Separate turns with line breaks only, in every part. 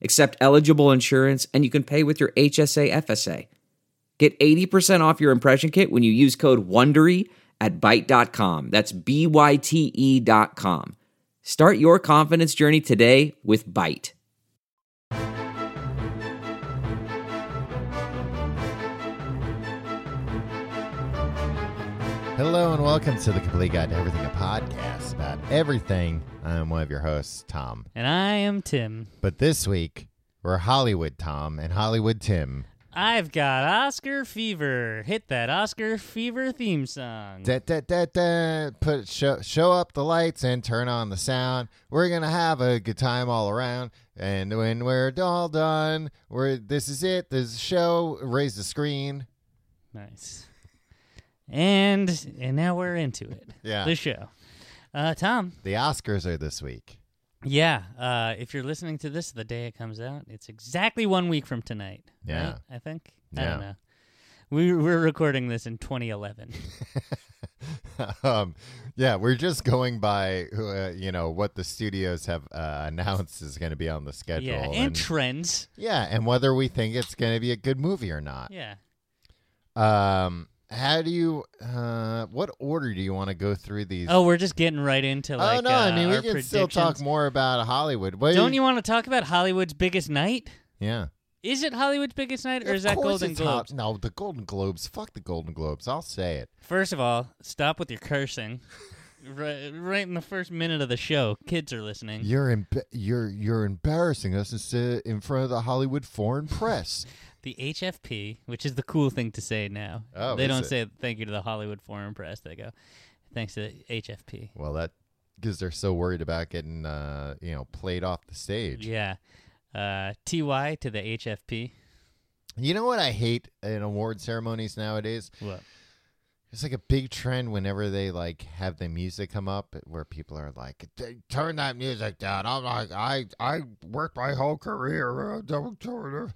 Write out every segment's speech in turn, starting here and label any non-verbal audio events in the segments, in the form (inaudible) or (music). accept eligible insurance, and you can pay with your HSA FSA. Get 80% off your impression kit when you use code WONDERY at Byte.com. That's B-Y-T-E E dot com. Start your confidence journey today with Byte.
Hello and welcome to the Complete Guide to Everything, a podcast about everything. I'm one of your hosts, Tom.
And I am Tim.
But this week, we're Hollywood Tom and Hollywood Tim.
I've got Oscar fever. Hit that Oscar fever theme song.
Da, da, da, da. Put show, show up the lights and turn on the sound. We're gonna have a good time all around. And when we're all done, we're this is it. This is the show. Raise the screen.
nice. And and now we're into it.
Yeah.
The show. Uh, Tom.
The Oscars are this week.
Yeah. Uh, if you're listening to this the day it comes out, it's exactly one week from tonight.
Yeah.
right? I think. I
Yeah.
don't know. We we're recording this in 2011.
um, yeah, we're just going by uh, you know what the studios have uh, announced is going to be on the schedule.
yeah. And,
and-
trends.
Yeah, and whether we think it's going to be a good movie or not.
Yeah.
Um, how do you? Uh, what order do you want to go through these?
Oh, we're just getting right into
Oh,
like.
no,
uh,
I mean we
our
can still talk
predictions.
more about Hollywood. What
Don't you want to talk about Hollywood's biggest night?
Yeah.
Is it Hollywood's biggest night, or is
Of
that
course
Golden
it's hot-
Globes?
No, the Golden Globes. Fuck the Golden Globes. I'll say it.
First of all, stop with your cursing. right, right in the first minute of the show, kids are listening.
You're emb- you're you're embarrassing us instead in front of the Hollywood foreign press.
The HFP, which is the cool thing to say now,
Oh,
they
is
don't
it?
say thank you to the Hollywood Foreign Press. They go, thanks to the HFP.
well, that because they're so worried about getting uh you know played off the stage.
Yeah, uh, TY to the HFP.
You know what I hate in award ceremonies nowadays
What?
It's like a big trend whenever they like have the music come up where people are like, "T- "Turn that music down." I'm like, "I I worked my whole career, uh, don't turn it."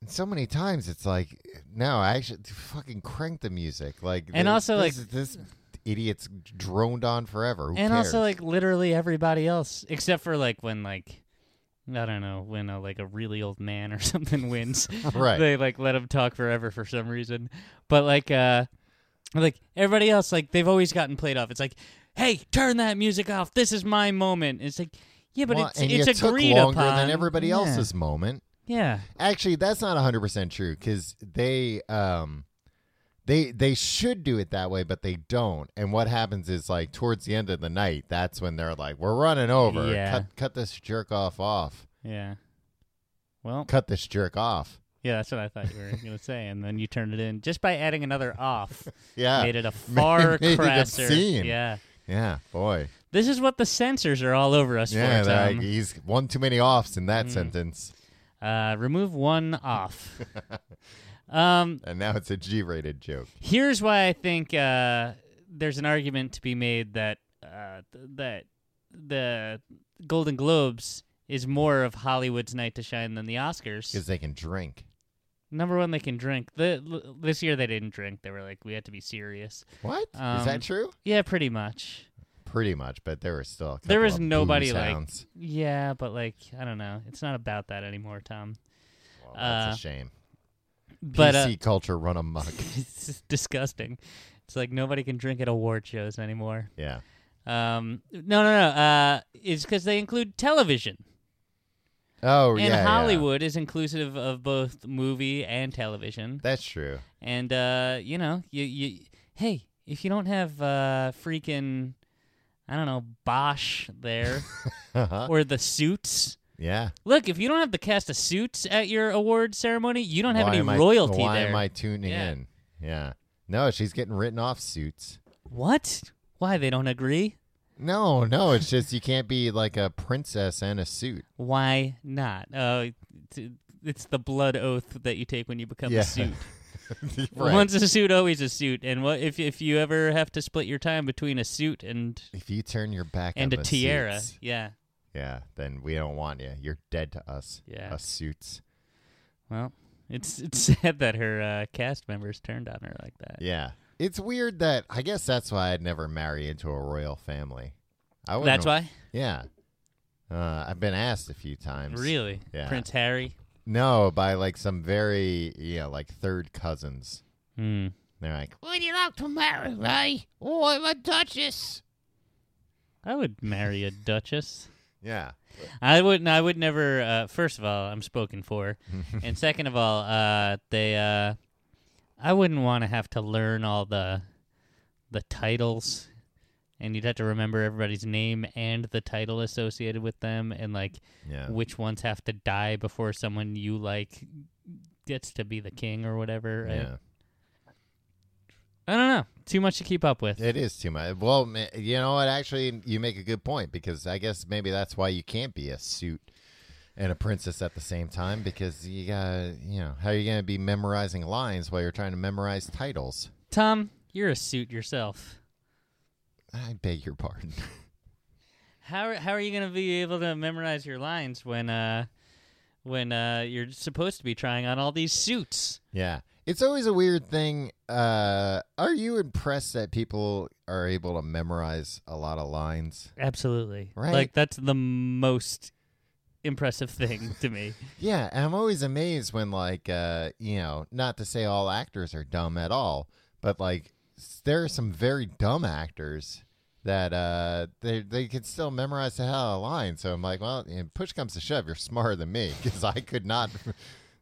And so many times it's like, "No, I actually fucking crank the music." Like,
And
this-
also,
this,
like-
this idiot's droned on forever. Who
and also
cares?
like literally everybody else except for like when like i don't know when a, like a really old man or (laughs) something wins
(laughs) Right.
they like let him talk forever for some reason but like uh like everybody else like they've always gotten played off it's like hey turn that music off this is my moment it's like yeah but
Well,
it's
and
it's
you took
agreed
longer
upon
than everybody
yeah.
else's moment.
yeah
Actually, that's not 100% true cuz they um they they should do it that way but they don't. And what happens is like towards the end of the night, that's when they're like, "We're running over.
Yeah.
Cut cut this jerk off off.
yeah well
Cut this jerk off."
yeah that's what i thought you were gonna say and then you turned it in just by adding another off
(laughs) Yeah.
made it a far
(laughs) made it
crasser
obscene.
yeah
Yeah, boy.
This is what the censors are all over us
Yeah,
for,
they're
Tom.
like, he's one too many offs in
Mm.
that sentence. (laughs)
Uh, remove one off. um,
And now it's a G-rated joke.
here's why I think uh, there's an argument to be made that uh, th- that the Golden Globes is more of Hollywood's night to shine than the Oscars.
Cuz they can drink.
Number one, they can drink. The, l- this year they didn't drink. They were like, we had to be serious.
What?
Um,
is that true?
Yeah, pretty much.
Pretty much, but there were still a
There
couple
was
of
nobody
booze
like-
hounds.
Yeah, but like I don't know. It's not about that anymore, Tom.
Well, that's
uh,
a shame.
But uh,
PC culture run amok.
(laughs)
(laughs)
it's just disgusting. It's like nobody can drink at award shows anymore.
Yeah.
Um, no, no, no. Uh, it's because they include television,
Oh,
and
yeah. yeah.
Hollywood is inclusive of both movie and television.
That's true. (laughs)
And uh, you know, you, you, hey, if you don't have uh, freaking, I don't know, Bosch
(laughs)
there or the Suits.
Uh-huh. yeah.
Look, if you don't have the cast of Suits at your award ceremony, you don't have
Why am
any
I-
royalty
why
there.
am I tuning
Yeah.
in? Yeah. No, she's getting written off suits.
What? Why they don't agree?
No, no, it's just you can't be like a princess and a suit.
Why not? Oh, it's- it's the blood oath that you take when you become
Yeah. (laughs)
a suit.
Right.
Once a suit, always a suit. And what if if you ever have to split your time between a suit and
if you turn your back
and
on
a
the
tiara?
suits,
Yeah.
yeah, then we don't want you. You're dead to us.
Yeah.
us suits.
Well, it's it's (laughs) sad that her uh, cast members turned on her like that.
Yeah, it's weird that I guess that's why I'd never marry into a royal family. I wouldn't-
That's why.
Yeah, uh, I've been asked a few times.
Really,
Yeah.
Prince Harry.
No, by like some very yeah, like third cousins.
Hmm.
They're like,
Would you like to marry me? Oh, I'm a duchess.
I would marry a duchess.
yeah,
I wouldn't. I would never. Uh, first of all, I'm
(laughs)
spoken for, and second of all, uh, they. Uh, I wouldn't want to have to learn all the, the titles, and you'd have to remember everybody's name and the title associated with them, and like
yeah,
which ones have to die before someone you like gets to be the king or whatever. right?
yeah.
I don't know. Too much to keep up with.
It is too much. Well, ma- you know what? Actually, you make a good point because I guess maybe that's why you can't be a suit and a princess at the same time because you gotta, you know, how are you gonna be memorizing lines while you're trying to memorize titles?
Tom, you're a suit yourself.
I beg your pardon. (laughs)
How are, how are you going to be able to memorize your lines when uh when uh you're supposed to be trying on all these suits?
yeah, it's always a weird thing. Uh, are you impressed that people are able to memorize a lot of lines?
Absolutely.
Right.
Like that's the most impressive (laughs) thing to me.
Yeah, and I'm always amazed when like uh, you know, not to say all actors are dumb at all, but like s- there are some very dumb actors that uh they they could still memorize the hell out of line. So I'm like, well, you know, push comes to shove, you're smarter than me (laughs) because I could not.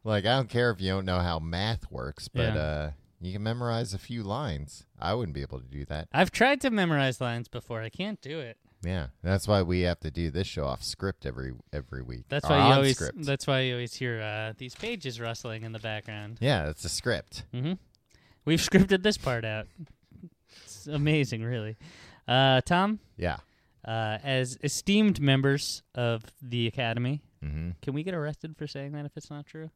Like I don't care if you don't know how math works, but
Yeah.
uh, you can memorize a few lines. I wouldn't be able to do that.
I've tried to memorize lines before. I can't do it.
Yeah, that's why we have to do this show off script every every week.
That's
or
why you
on
always
script.
that's why you always hear uh, these pages rustling in the background.
yeah, it's a script.
Mhm. We've (laughs) scripted this part out. It's amazing, really. Uh Tom,
Yeah.
uh as esteemed members of the academy,
Mm-hmm.
Can we get arrested for saying that if it's not true?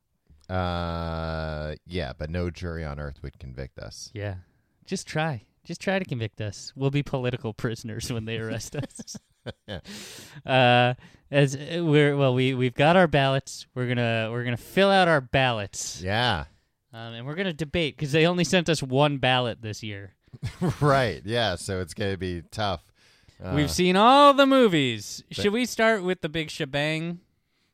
Uh, yeah, but no jury on earth would convict us.
Yeah. Just try. Just try to convict us. We'll be political prisoners when they arrest us. (laughs) uh, as uh, we're well, we we've got our ballots. We're gonna we're gonna fill out our ballots,
Yeah, (laughs)
um, and we're gonna debate because they only sent us one ballot this year.
right. Yeah, so it's gonna be tough. Uh,
we've seen all the movies. Should we start with the big shebang?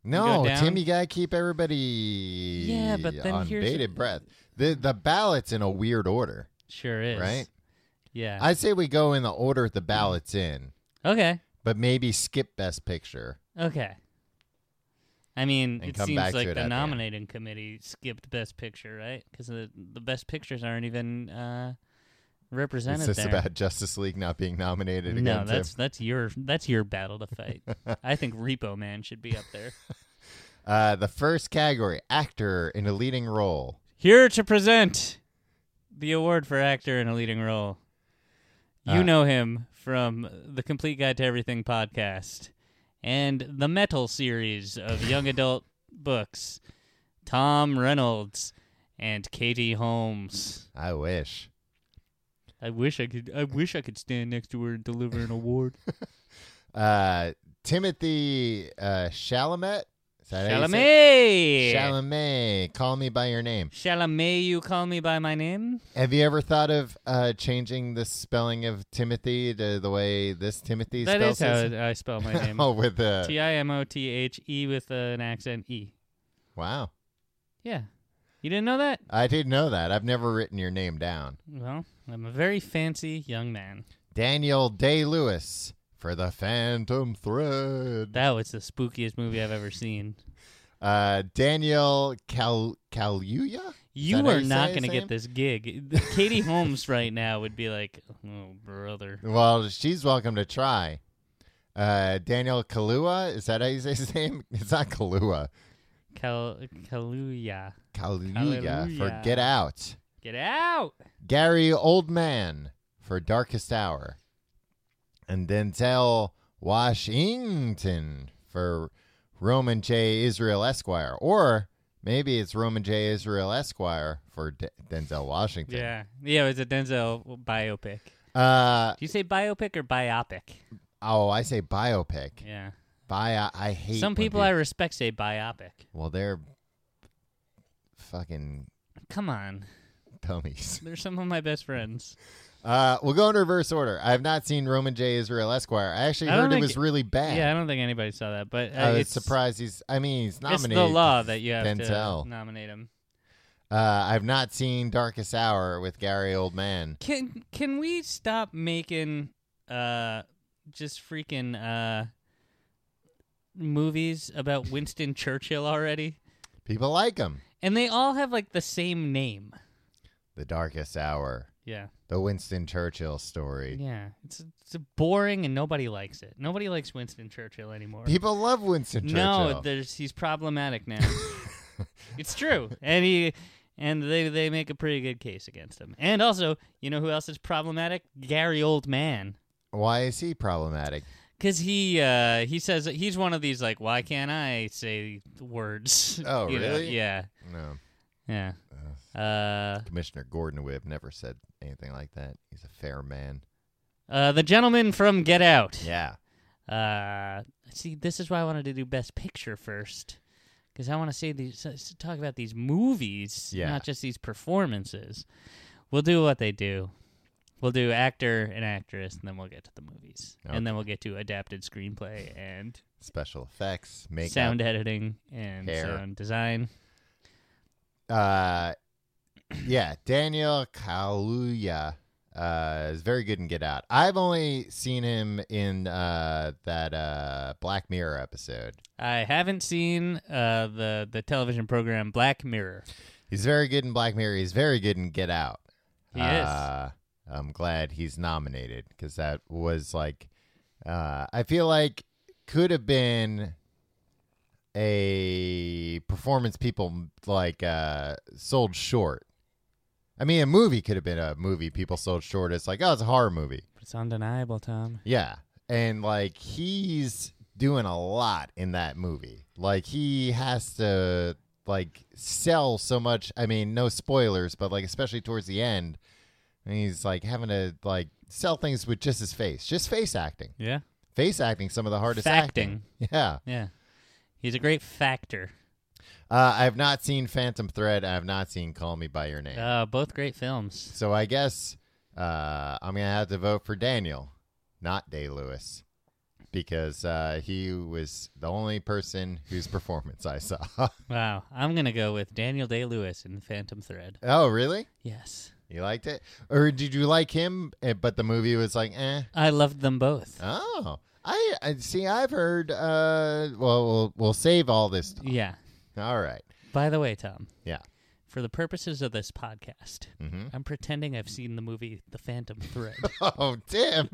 no,
go down?
Tim, you gotta keep everybody
Yeah, but then
on
here's-
bated breath. The the ballots in a weird order.
Sure is
Right.
Yeah.
I say we go in the order the ballots in,
okay.
but maybe skip Best Picture.
Okay. I mean,
And
it
come
seems
back to
like
it at the
the
end.
nominating committee skipped Best Picture, right? Because the the Best Pictures aren't even uh, represented
Is this
there.
about Justice League not being nominated
no,
again?
that's that's your that's your battle to
(laughs)
fight. I think Repo Man should be up there.
Tim? Uh, the first category: actor in a leading role.
Here to present the award for actor in a leading role. You
Uh,
know him from the Complete Guide to Everything podcast and the Metal series of young adult books. Tom Reynolds and Katie Holmes.
I wish.
I wish I could. I wish I could stand next to her and deliver
(laughs)
an award.
Uh, Timothy uh, Chalamet. Is that how you say it?
Chalamet.
Chalamet, call me by your name.
Chalamet, you call me by my name.
Have you ever thought of uh, changing the spelling of Timothy to the way this Timothy
That
spells
is how
his-
I
(laughs)
spell my name.
oh, with the
T I M O T H E with uh, an accent E.
wow!
Yeah. You didn't know that?
I didn't know that. I've never written your name down.
Well, I'm a very fancy young man.
Daniel Day Lewis for the Phantom Thread.
That was the spookiest movie I've ever seen.
uh, Daniel Cal Caluya.
You
that how
are
you
not
say his
going to
name?
get this gig. Katie Holmes right now would be like, "Oh, brother."
Well, she's welcome to try. Uh, Daniel Kalua. Is that how you say his (laughs) name? It's not Kalua.
Cal- Kaluuya.
Kaluuya for
Kaluuya.
Get Out.
Get out.
Gary Oldman for Darkest Hour. and Denzel Washington for Roman J. Israel Esquire, or maybe it's Roman J. Israel Esquire for De- Denzel Washington.
Yeah. Yeah, it was a Denzel biopic.
Uh
Do you say biopic or biopic?
oh, I say biopic.
Yeah.
Bio. I hate
Some
when
people I respect say biopic.
well, they're fucking
Come on.
dummies. (laughs)
They're some of my best friends.
Uh, we'll go in reverse order. I have not seen Roman J. Israel Esquire. I actually
I
heard
don't
it
think-
was really bad.
Yeah, I don't think anybody saw that, but uh,
I was
it's
surprised he's. I mean, he's
It's
nominated.
the law that you have
Denzel.
to nominate him.
Uh, I've not seen Darkest Hour with Gary Oldman.
Can can we stop making uh just freaking uh movies about Winston Churchill already?
People like him.
And they all have like the same name.
The Darkest Hour,
Yeah.
the Winston Churchill story.
Yeah. It's it's boring and nobody likes it. Nobody likes Winston Churchill anymore.
People love Winston Churchill.
No, there's he's
(laughs)
problematic now. it's true, and he and they they make a pretty good case against him. And also, you know who else is problematic? Gary Oldman,
Why is he problematic?
because he uh, he says he's one of these like, why can't I say words? (laughs)
Oh,
You know,
really?
Yeah,
No,
yeah. Uh,
Commissioner Gordon would have never said anything like that. He's a fair man.
uh, the gentleman from Get Out.
Yeah.
Uh, see, this is why I wanted to do Best Picture first, because I want to say these s- talk about these movies,
Yeah.
not just these performances. We'll do what they do. We'll do actor and actress, and then we'll get to the movies,
Okay.
and then we'll get to adapted screenplay and
Special effects, makeup.
sound e- editing and
hair.
sound design.
uh, (clears throat) yeah, Daniel Kaluuya uh, is very good in Get Out. I've only seen him in uh, that uh, Black Mirror episode.
I haven't seen uh, the the television program Black Mirror.
He's very good in Black Mirror. He's very good in Get Out.
He
uh, I'm glad he's nominated because that was like, uh, I feel like could have been a performance people like uh, sold short. I mean, a movie could have been a movie people sold short. It's like, oh, it's a horror movie.
is. It's undeniable, Tom.
Yeah. And like he's doing a lot in that movie. Like he has to like sell so much. I mean, no spoilers, but like especially towards the end, and he's like having to like sell things with just his face. Just face acting.
Yeah,
Face acting some of the hardest
Facting.
acting. (laughs) Yeah.
yeah. He's a great factor.
Uh, I have not seen Phantom Thread. I have not seen Call Me by Your Name.
Uh, both great films.
so I guess uh, I'm gonna have to vote for Daniel, not Day Lewis, because uh, he was the only person whose (laughs) performance I saw. (laughs)
Wow, I'm gonna go with Daniel Day Lewis in Phantom Thread.
oh, really?
Yes,
You liked it, or did you like him? eh, But the movie was like, eh.
I loved them both.
Oh, I, I see. I've heard. Uh, well, we'll we'll save all this.
yeah.
All right.
By the way, Tom,
Yeah. (laughs)
for the purposes of this podcast,
Mhm.
I'm pretending I've seen the movie The Phantom
(laughs)
Thread.
Oh, Tim.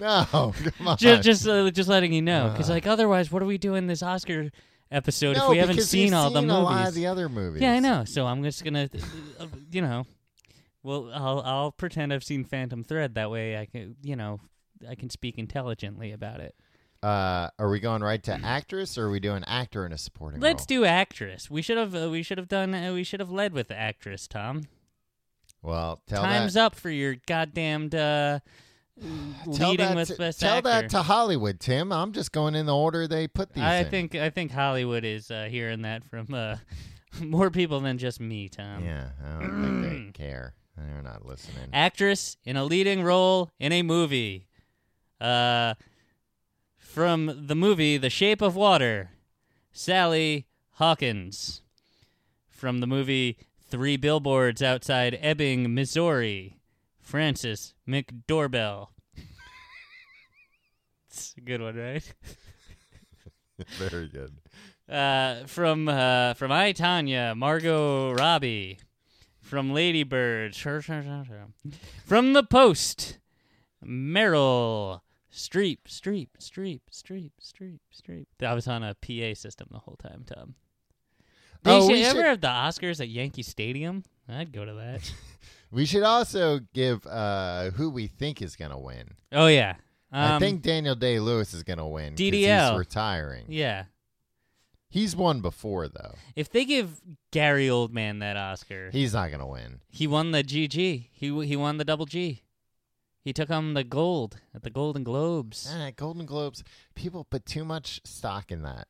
No, (laughs) come on.
just, just, uh, just letting you know, because like otherwise, what are we doing this Oscar episode
Uh. no,
if we haven't
because
seen
you've
all the
seen
movies?
A lot of the other movies.
yeah, I know. So I'm just gonna, uh, you know, well, I'll I'll pretend I've seen Phantom Thread. That way, I can, you know, I can speak intelligently about it.
Uh, are we going right to actress, or are we doing actor in a supporting?
Let's
role?
do actress. We should have uh, we should have done uh, we should have led with actress, Tom.
Well, tell
Time's
that,
up for your goddamned uh,
(sighs) tell
leading
that
with
to,
best
Tell
actor.
that to Hollywood, Tim. I'm just going in the order they put these.
I
in.
think I think Hollywood is uh, hearing that from uh, (laughs) more people than just me, Tom.
Yeah, I don't
mm.
think they care. They're not listening.
Actress in a leading role in a movie. Uh, from the movie The Shape of Water, Sally Hawkins. From the movie Three Billboards Outside Ebbing, Missouri, Francis McDoorbell. (laughs) it's a good one, right?
(laughs) Very good.
Uh, from uh, from I Tanya, Margot Robbie, from Ladybird, from The Post, Meryl Streep, Streep, Streep, Streep, Streep, Streep. I was on a PA system the whole time, Tom. They
Oh,
should
we
ever
should-
have the Oscars at Yankee Stadium. I'd go to that.
We should also give uh, who we think is going to win.
oh yeah,
I think Daniel Day Lewis is going to win. 'cause
DDL.
He's retiring.
Yeah.
He's won before, though.
If they give Gary Oldman that Oscar, he,
He's not going to win.
won the GG. He w- he won the double G. He took home the gold at the Golden Globes.
Ah, Golden Globes. People put too much stock in that.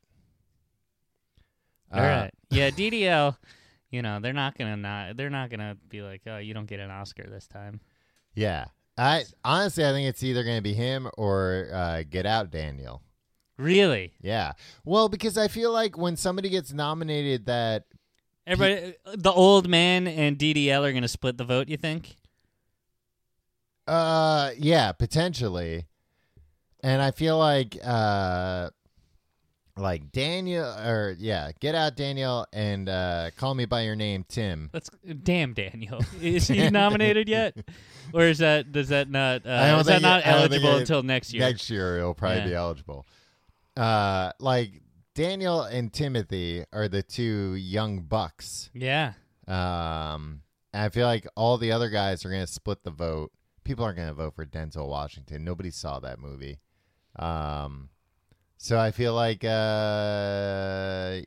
Uh,
All
Ah.
right. Yeah, DDL, (laughs) you know, they're not going to not they're not going to be like, "Oh, you don't get an Oscar this time."
(laughs) Yeah. I honestly, I think it's either going to be him or uh, Get Out, Daniel.
Really?
Yeah. Well, because I feel like when somebody gets nominated, that
Everybody uh, the old man and DDL are going to split the vote, you think?
Uh, yeah, potentially. And I feel like, uh, like Daniel, or yeah, get out, Daniel, and uh, call me by your name, Tim.
Let's damn Daniel. (laughs)
(laughs)
Is he nominated yet? Or is that does that not
I
uh,
don't
is that
think
not
it- I don't think
eligible
it-
until next year?
Next year, it'll probably be
Yeah.
eligible. Uh, like Daniel and Timothy are the two young bucks.
yeah.
Um, and I feel like all the other guys are going to split the vote. People aren't going to vote for Denzel Washington. Nobody saw that movie. Um, so I feel like uh,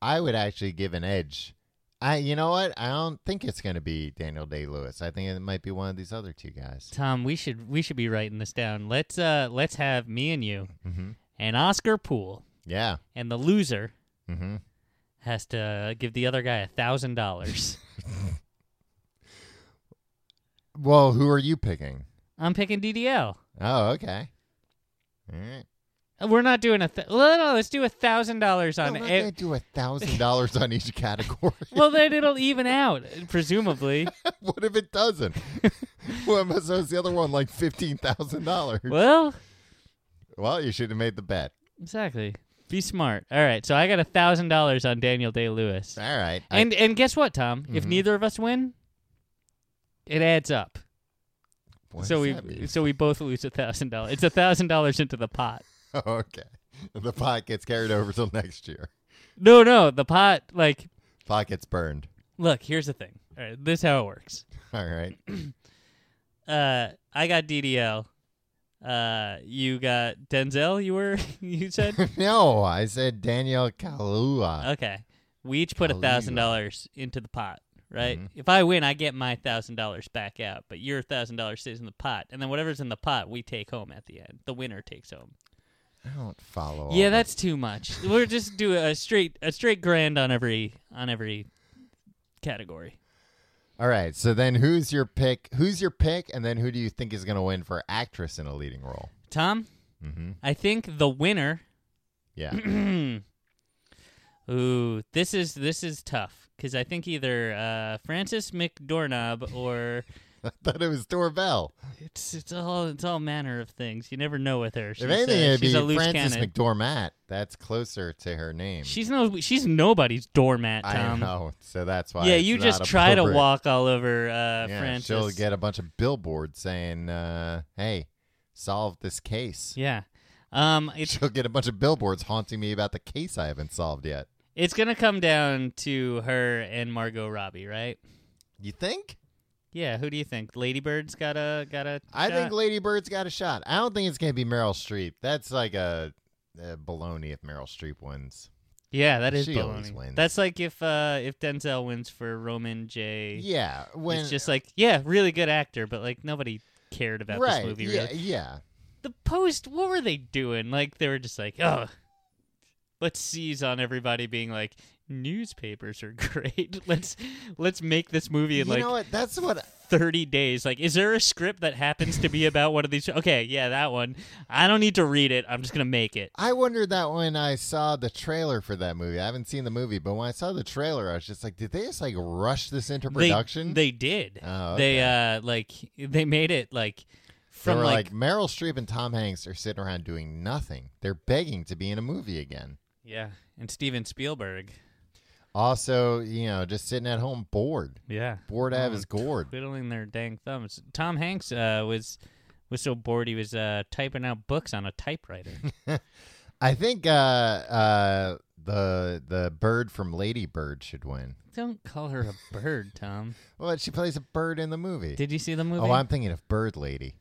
I would actually give an edge. I, you know what? I don't think it's going to be Daniel Day Lewis. I think it might be one of these other two guys.
Tom, we should we should be writing this down. Let's uh let's have me and you
Mm-hmm.
an Oscar pool,
Yeah.
and the loser
Mm-hmm.
has to give the other guy a
(laughs)
thousand dollars.
Well, who are you picking?
I'm picking DDL.
Oh, okay. All right.
We're not doing a. Th- well, no, let's do a thousand dollars
I'm
on.
not (laughs)
e-
gonna do a thousand dollars on each category. (laughs)
well, then it'll even out, presumably.
what if it doesn't? (laughs) well, am I- so is the other one like fifteen thousand dollars?
well,
Well, you should have made the bet.
exactly. Be smart. All right, so I got a thousand dollars on Daniel Day Lewis,
All right. I-
and and guess what, Tom? If
Mhm.
neither of us win, it adds up.
what does
so we
that mean?
so we both lose a thousand dollars. It's a thousand dollars into the pot.
Oh, (laughs) okay. The pot gets carried over till next yeyear.
No, no, the pot. Like,
Pot gets burned.
look, here's the thing. All right, this is how it works.
All
(coughs)
right.
uh I got DDL. Uh you got Denzel, you were (laughs) you said?
(laughs) no, I said Daniel Kalua.
okay. We each put a
Khalil.
thousand dollars into the pot, right?
Mm-hmm.
If I win, I get my thousand dollars back out, but your thousand dollars stays in the pot. And then whatever's in the pot we take home at the end. The winner takes home.
I don't follow. all
yeah,
the-
that's too much. We're just do a straight a straight grand on every on every category.
all right. So then, who's your pick? Who's your pick? And then, who do you think is going to win for actress in a leading role?
Tom,
Mm-hmm.
I think the winner (clears throat)
Yeah. (laughs)
Ooh, this is this is tough because I think either uh, Francis McDornob or
I thought it was Doorbell.
(laughs) it's it's all it's all manner of things. You never know with her. She's,
If anything,
uh,
it'd
she's
be
a loose
Frances
cannon.
McDormat. That's closer to her name.
she's no she's nobody's doormat, Tom.
I know. So that's why.
yeah,
it's
you
not
just try to
appropriate.
walk all over uh,
yeah,
Francis.
She'll get a bunch of billboards saying, uh, "Hey, solve this case."
yeah. Um, it's
She'll get a bunch of billboards haunting me about the case I haven't solved yet.
it's gonna come down to her and Margot Robbie, right?
You think?
Yeah. Who do you think? Ladybird's got a got a.
I think
shot?
Lady Bird's got a shot. I don't think it's gonna be Meryl Streep. That's like a, a baloney if Meryl Streep wins.
Yeah, that is
She always
baloney.
wins.
That's like if uh if Denzel wins for Roman J.
Yeah, when
it's just like yeah, really good actor, but like nobody cared about
right?
this movie.
yeah,
Really,
yeah.
the post. What were they doing? Like they were just like, oh, let's seize on everybody being like, newspapers are (laughs) great. let's let's make this movie
You
in like
know what? That's what.
30 days. Like, is there a script that happens to be about one of these? Okay, yeah, that one. I don't need to read it. I'm just gonna make it.
I wondered that when I saw the trailer for that movie. I haven't seen the movie, but when I saw the trailer, I was just like, did they just like rush this into
They-
production?
They, did.
Oh,
They uh like they made it like
They
from
were
like,
like, Meryl Streep and Tom Hanks are sitting around doing nothing. They're begging to be in a movie again.
yeah, and Steven Spielberg.
Also, you know, just sitting at home bored.
Yeah.
Bored out of
Oh,
his gourd.
Twiddling their dang thumbs. Tom Hanks uh was was so bored he was uh typing out books on a typewriter.
I think uh uh the the bird from Lady Bird should win.
(laughs) Don't call her a bird, Tom.
Well, she plays a bird in the movie.
Did you see the movie?
Oh, I'm thinking of Bird Lady.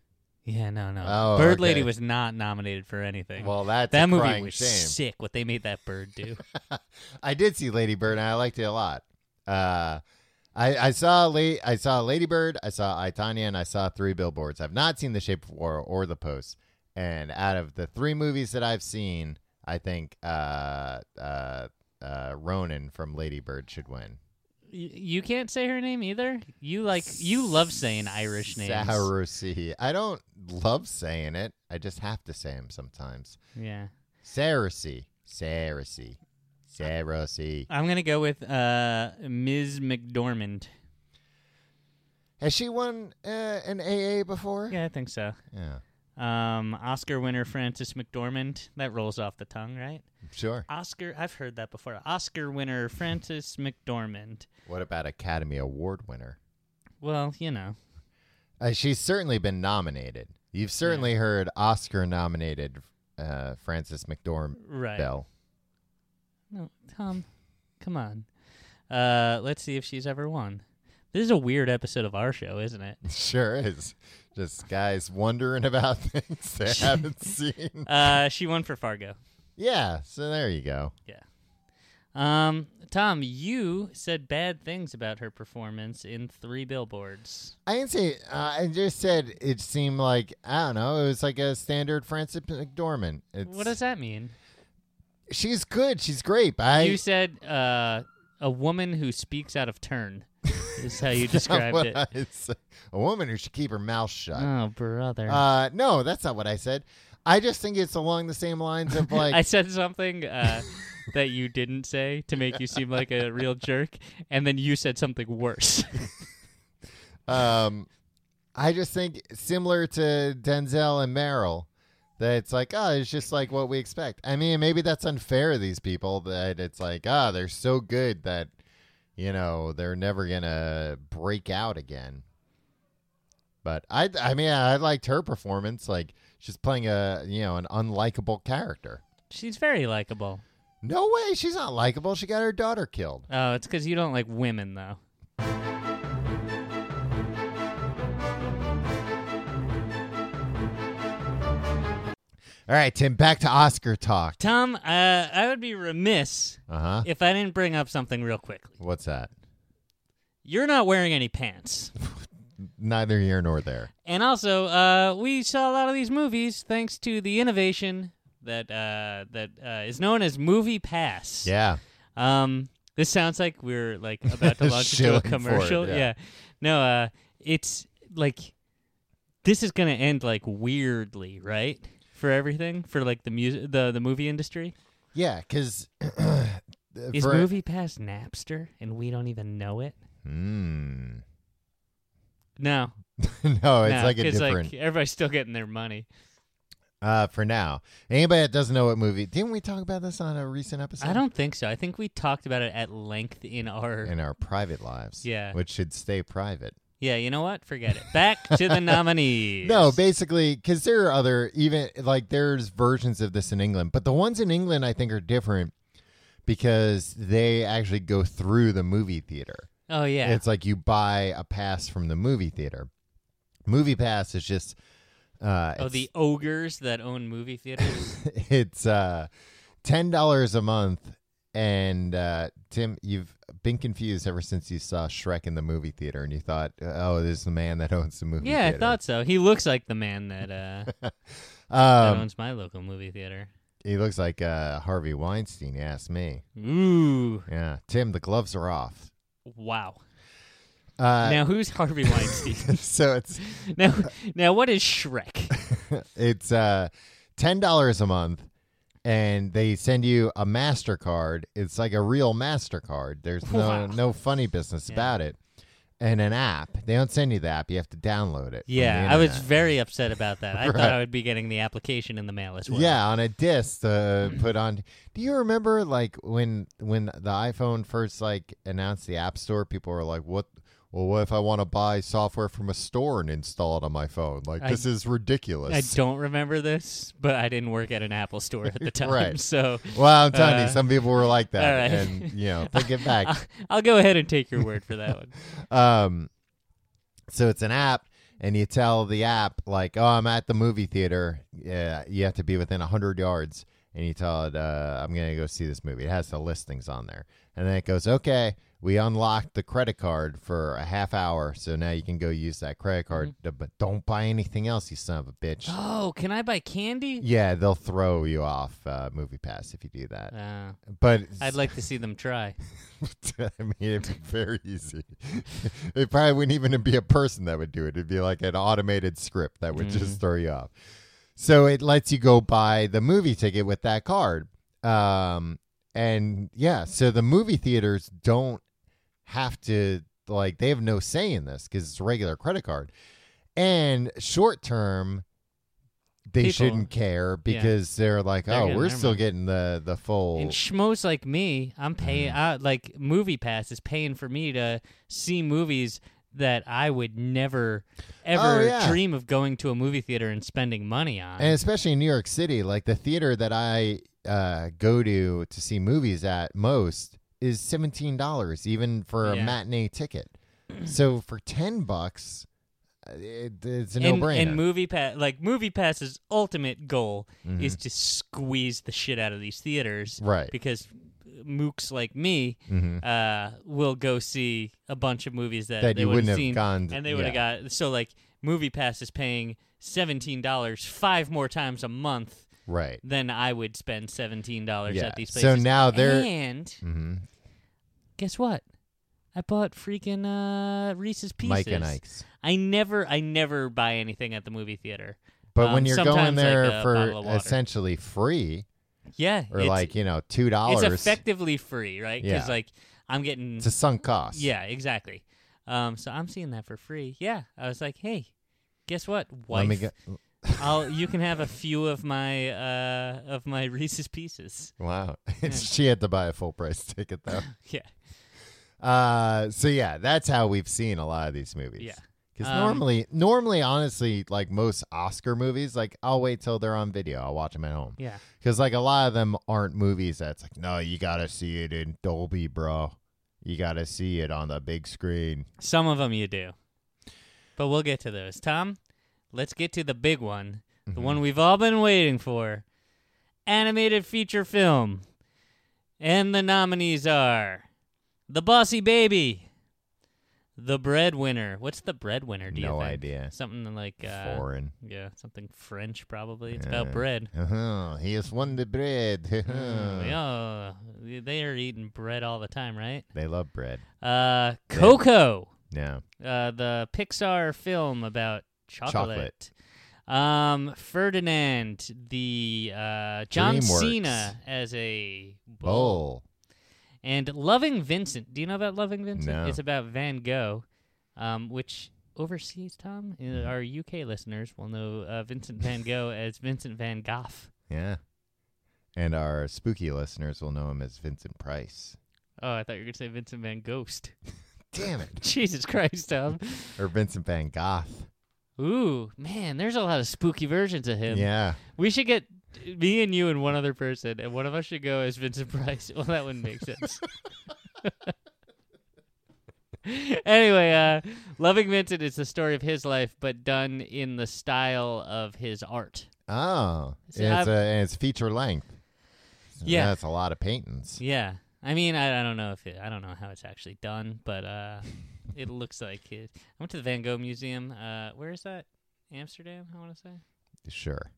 Yeah, no, no.
Oh,
bird
okay.
Lady was not nominated for anything.
Well, that's
that
a
movie
crying
was
shame.
sick. What they made that bird do. (laughs)
I did see Lady Bird, and I liked it a lot. Uh, I I saw La- I saw Lady Bird, I saw I Tanya, and I saw Three Billboards. I've not seen The Shape of War or The Post. And out of the three movies that I've seen, I think uh, uh, uh, Ronan from Lady Bird should win.
Y- you can't say her name either. You like you love saying Irish names.
Sarusi. I don't love saying it. I just have to say them sometimes.
Yeah,
Sarusi. Sarusi. Sarusi.
I'm gonna go with uh, Ms. McDormand.
Has she won uh, an AA before?
Yeah, I think so.
Yeah.
Um, Oscar winner Frances McDormand. That rolls off the tongue, right?
Sure.
Oscar. I've heard that before. Oscar winner Frances McDormand.
What about Academy Award winner?
Well, you know.
Uh, she's certainly been nominated. You've certainly heard Oscar nominated uh, Frances McDormand
Right.
Bell. (laughs)
No, Tom, come on. Uh, let's see if she's ever won. This is a weird episode of our show, isn't
(laughs)
it?
Sure is. Just guys wondering (laughs) about things
(laughs)
they haven't seen.
Uh, she won for Fargo.
Yeah, so there you go.
Yeah. Um, Tom, you said bad things about her performance in Three Billboards.
I didn't say. Uh, I just said it seemed like I don't know. It was like a standard Frances McDormand. It's,
What does that mean?
She's good. She's great. But I
you said uh, a woman who speaks out of turn is
(laughs)
how you described
what (laughs)
it.
I said. a woman who should keep her mouth shut.
Oh, brother.
Uh, no, that's not what I said. I just think it's along the same lines of like
(laughs) I said something uh, that you didn't say to make you seem like a real jerk, and then you said something worse.
um, I just think similar to Denzel and Meryl, that it's like, oh, it's just like what we expect. I mean, maybe that's unfair to these people that it's like, ah, they're so good that, you know, they're never gonna break out again. But I, I mean, I liked her performance. Like she's playing a, you know, an unlikable character.
She's very likable.
No way, she's not likable. She got her daughter killed.
Oh, it's because you don't like women, though.
All right, Tim, back to Oscar talk.
Tom, uh, I would be remiss
Uh huh.
if I didn't bring up something real quickly.
What's that?
You're not wearing any pants.
Neither here nor there.
And also, uh, we saw a lot of these movies thanks to the innovation that uh, that uh, is known as Movie Pass.
Yeah.
Um, this sounds like we're like
(laughs)
about to launch into
Shilling
a
for it,
commercial.
yeah.
No, uh, it's like this is gonna end like weirdly, right? For everything, for like the music, the the movie industry.
Yeah, (clears throat) because
Is Movie Pass Napster, and we don't even know it?
Mm.
No,
(laughs) no, Oh, it's
no,
like a
'cause,
different
everybody's still getting their money.
uh, for now. Anybody that doesn't know what movie? Didn't we talk about this on a recent episode?
I don't think so. I think we talked about it at length in our.
In our private lives.
Yeah.
Which should stay private.
yeah, you know what? Forget it. Back
(laughs)
to the nominees.
No, basically, because there are other even like there's versions of this in England, but the ones in England I think are different because they actually go through the movie theater.
oh yeah.
It's like you buy a pass from the movie theater. Movie pass is just uh,
oh,
it's-
the ogres that own movie theaters.
(laughs) it's uh, ten dollars a month. And uh, Tim, you've been confused ever since you saw Shrek in the movie theater, and you thought, "Oh, this is the man that owns the movie."
yeah, I
theater.
thought so. He looks like the man that
(laughs)
uh, that
Um,
owns my local movie theater.
he looks like uh, Harvey Weinstein. Ask me.
Ooh,
Yeah, Tim, the gloves are off. (laughs)
wow.
Uh,
now
(laughs)
who's Harvey Weinstein?
so it's
now, now what is Shrek?
it's uh, ten dollars a month, and they send you a Mastercard. It's like a real Mastercard. There's no
Wow.
no funny business
Yeah.
about it, and an app. They don't send you the app. You have to download it. from
Yeah,
the
I was
internet.
very upset about that. I
Right.
thought I would be getting the application in the mail as well.
Yeah, on a disc to put on. Do you remember like when when the iPhone first like announced the App Store? People were like, "What? Well, what if I want to buy software from a store and install it on my phone? Like
I-
this is ridiculous."
I don't remember this, but I didn't work at an Apple store at the
(laughs)
time,
Right.
so
Well, I'm telling you,
Uh,
some people were like that,
all right.
and you know, thinking back,
(laughs)
(laughs)
I'll go ahead and take your word for that one.
Um, so it's an app, and you tell the app like, "Oh, I'm at the movie theater. Yeah, you have to be within hundred yards." And you tell it, uh, "I'm gonna go see this movie." It has the listings on there, and then it goes, "Okay, we unlocked the credit card for a half hour, so now you can go use that credit
Mm-hmm.
card, to- but don't buy anything else, you son of a bitch." (gasps)
Oh, can I buy candy?
yeah, they'll throw you off uh, Movie Pass if you do that.
Uh,
But
I'd like to see them try.
(laughs) I mean, it'd be very easy. (laughs) it probably wouldn't even be a person that would do it. It'd be like an automated script that would
Mm-hmm.
just throw you off. So it lets you go buy the movie ticket with that card. Um, and yeah, so the movie theaters don't have to like they have no say in this because it's a regular credit card. And short term, they
People-
shouldn't care because they're like,
They're
oh,
getting
we're
their
still
money."
getting the the full.
And schmoes like me, I'm paying
Mm.
out like Movie Pass is paying for me to see movies that I would never ever
Oh, yeah.
dream of going to a movie theater and spending money on.
and especially in New York City, like the theater that I uh, go to to see movies at most is seventeen dollars, even for a
Yeah.
matinee ticket. so for ten bucks, uh, it, it's a
and,
no-brainer.
and movie pass like movie pass's ultimate goal is to squeeze the shit out of these theaters
Mm-hmm. Right.
because mooks like me
Mhm.
uh, will go see a bunch of movies that,
That
they
you
would've
wouldn't have
seen,
gone to-
and they would have got so like movie pass is paying $17 five more times a month
right?
than i would spend $17
Yeah.
at these
So
places
now they're-
and
hmm
guess what i bought freaking uh, reese's pieces
Mike and Ike's.
I never, I never buy anything at the movie theater.
But
Um,
when you're going
sometimes, like,
there
a bottle of
for
water.
essentially free,
yeah,
or
it's,
like you know two
it's
dollars,
effectively free, right? Because
Yeah.
like I'm getting,
it's a sunk cost.
yeah, exactly. Um, so I'm seeing that for free. Yeah, I was like, hey, guess what,
Let
wife?
me get.
I'll, you can have a few of my, uh, of my (laughs) Reese's Pieces.
Wow, (laughs) she had to buy a full price (laughs) ticket though.
Yeah,
Uh, so yeah, that's how we've seen a lot of these movies.
Yeah.
Because
Um,
normally, normally, honestly, like most Oscar movies, like I'll wait till they're on video. I'll watch them at home.
yeah.
Because like a lot of them aren't movies. That's like, no, you gotta see it in Dolby, bro. You gotta see it on the big screen.
Some of them you do, but we'll get to those. Tom, let's get to the big one, the
Mm-hmm.
one we've all been waiting for animated feature film. And the nominees are The Bossy Baby, The Breadwinner. What's The Breadwinner, do you
No
think?
idea.
Something like. Uh,
Foreign.
Yeah, something French, probably. It's
Yeah.
about bread.
Uh-huh. He has won the bread. (laughs)
Oh, they are eating bread all the time, right?
They love bread.
Uh, Coco.
Yeah.
uh, the Pixar film about
Chocolate.
chocolate. Um, Ferdinand, the uh, John
DreamWorks.
Cena as a bull.
Bowl.
and Loving Vincent. Do you know about Loving Vincent?
No.
It's about Van Gogh, um, which overseas Tom, uh,
Mm.
our UK listeners will know uh, Vincent Van
(laughs)
Gogh as Vincent Van Gogh.
Yeah. And our spooky listeners will know him as Vincent Price.
Oh, I thought you were gonna say Vincent Van Ghost.
Damn it.
(laughs) Jesus Christ, Tom.
Or Vincent Van Gogh.
Ooh, man, there's a lot of spooky versions of him.
Yeah.
We should get me and you and one other person, and one of us should go as Vincent Price. (laughs) Well, that wouldn't make sense. (laughs) anyway, uh, Loving Vincent is the story of his life, but done in the style of his art.
Oh,
So
and it's
I've-
a, and it's feature length. So
Yeah.
that's a lot of paintings.
Yeah, I mean, I, I don't know if it, I don't know how it's actually done, but uh, it looks like it. I went to the Van Gogh Museum. Uh, where is that? Amsterdam, I want to say.
Sure. (laughs)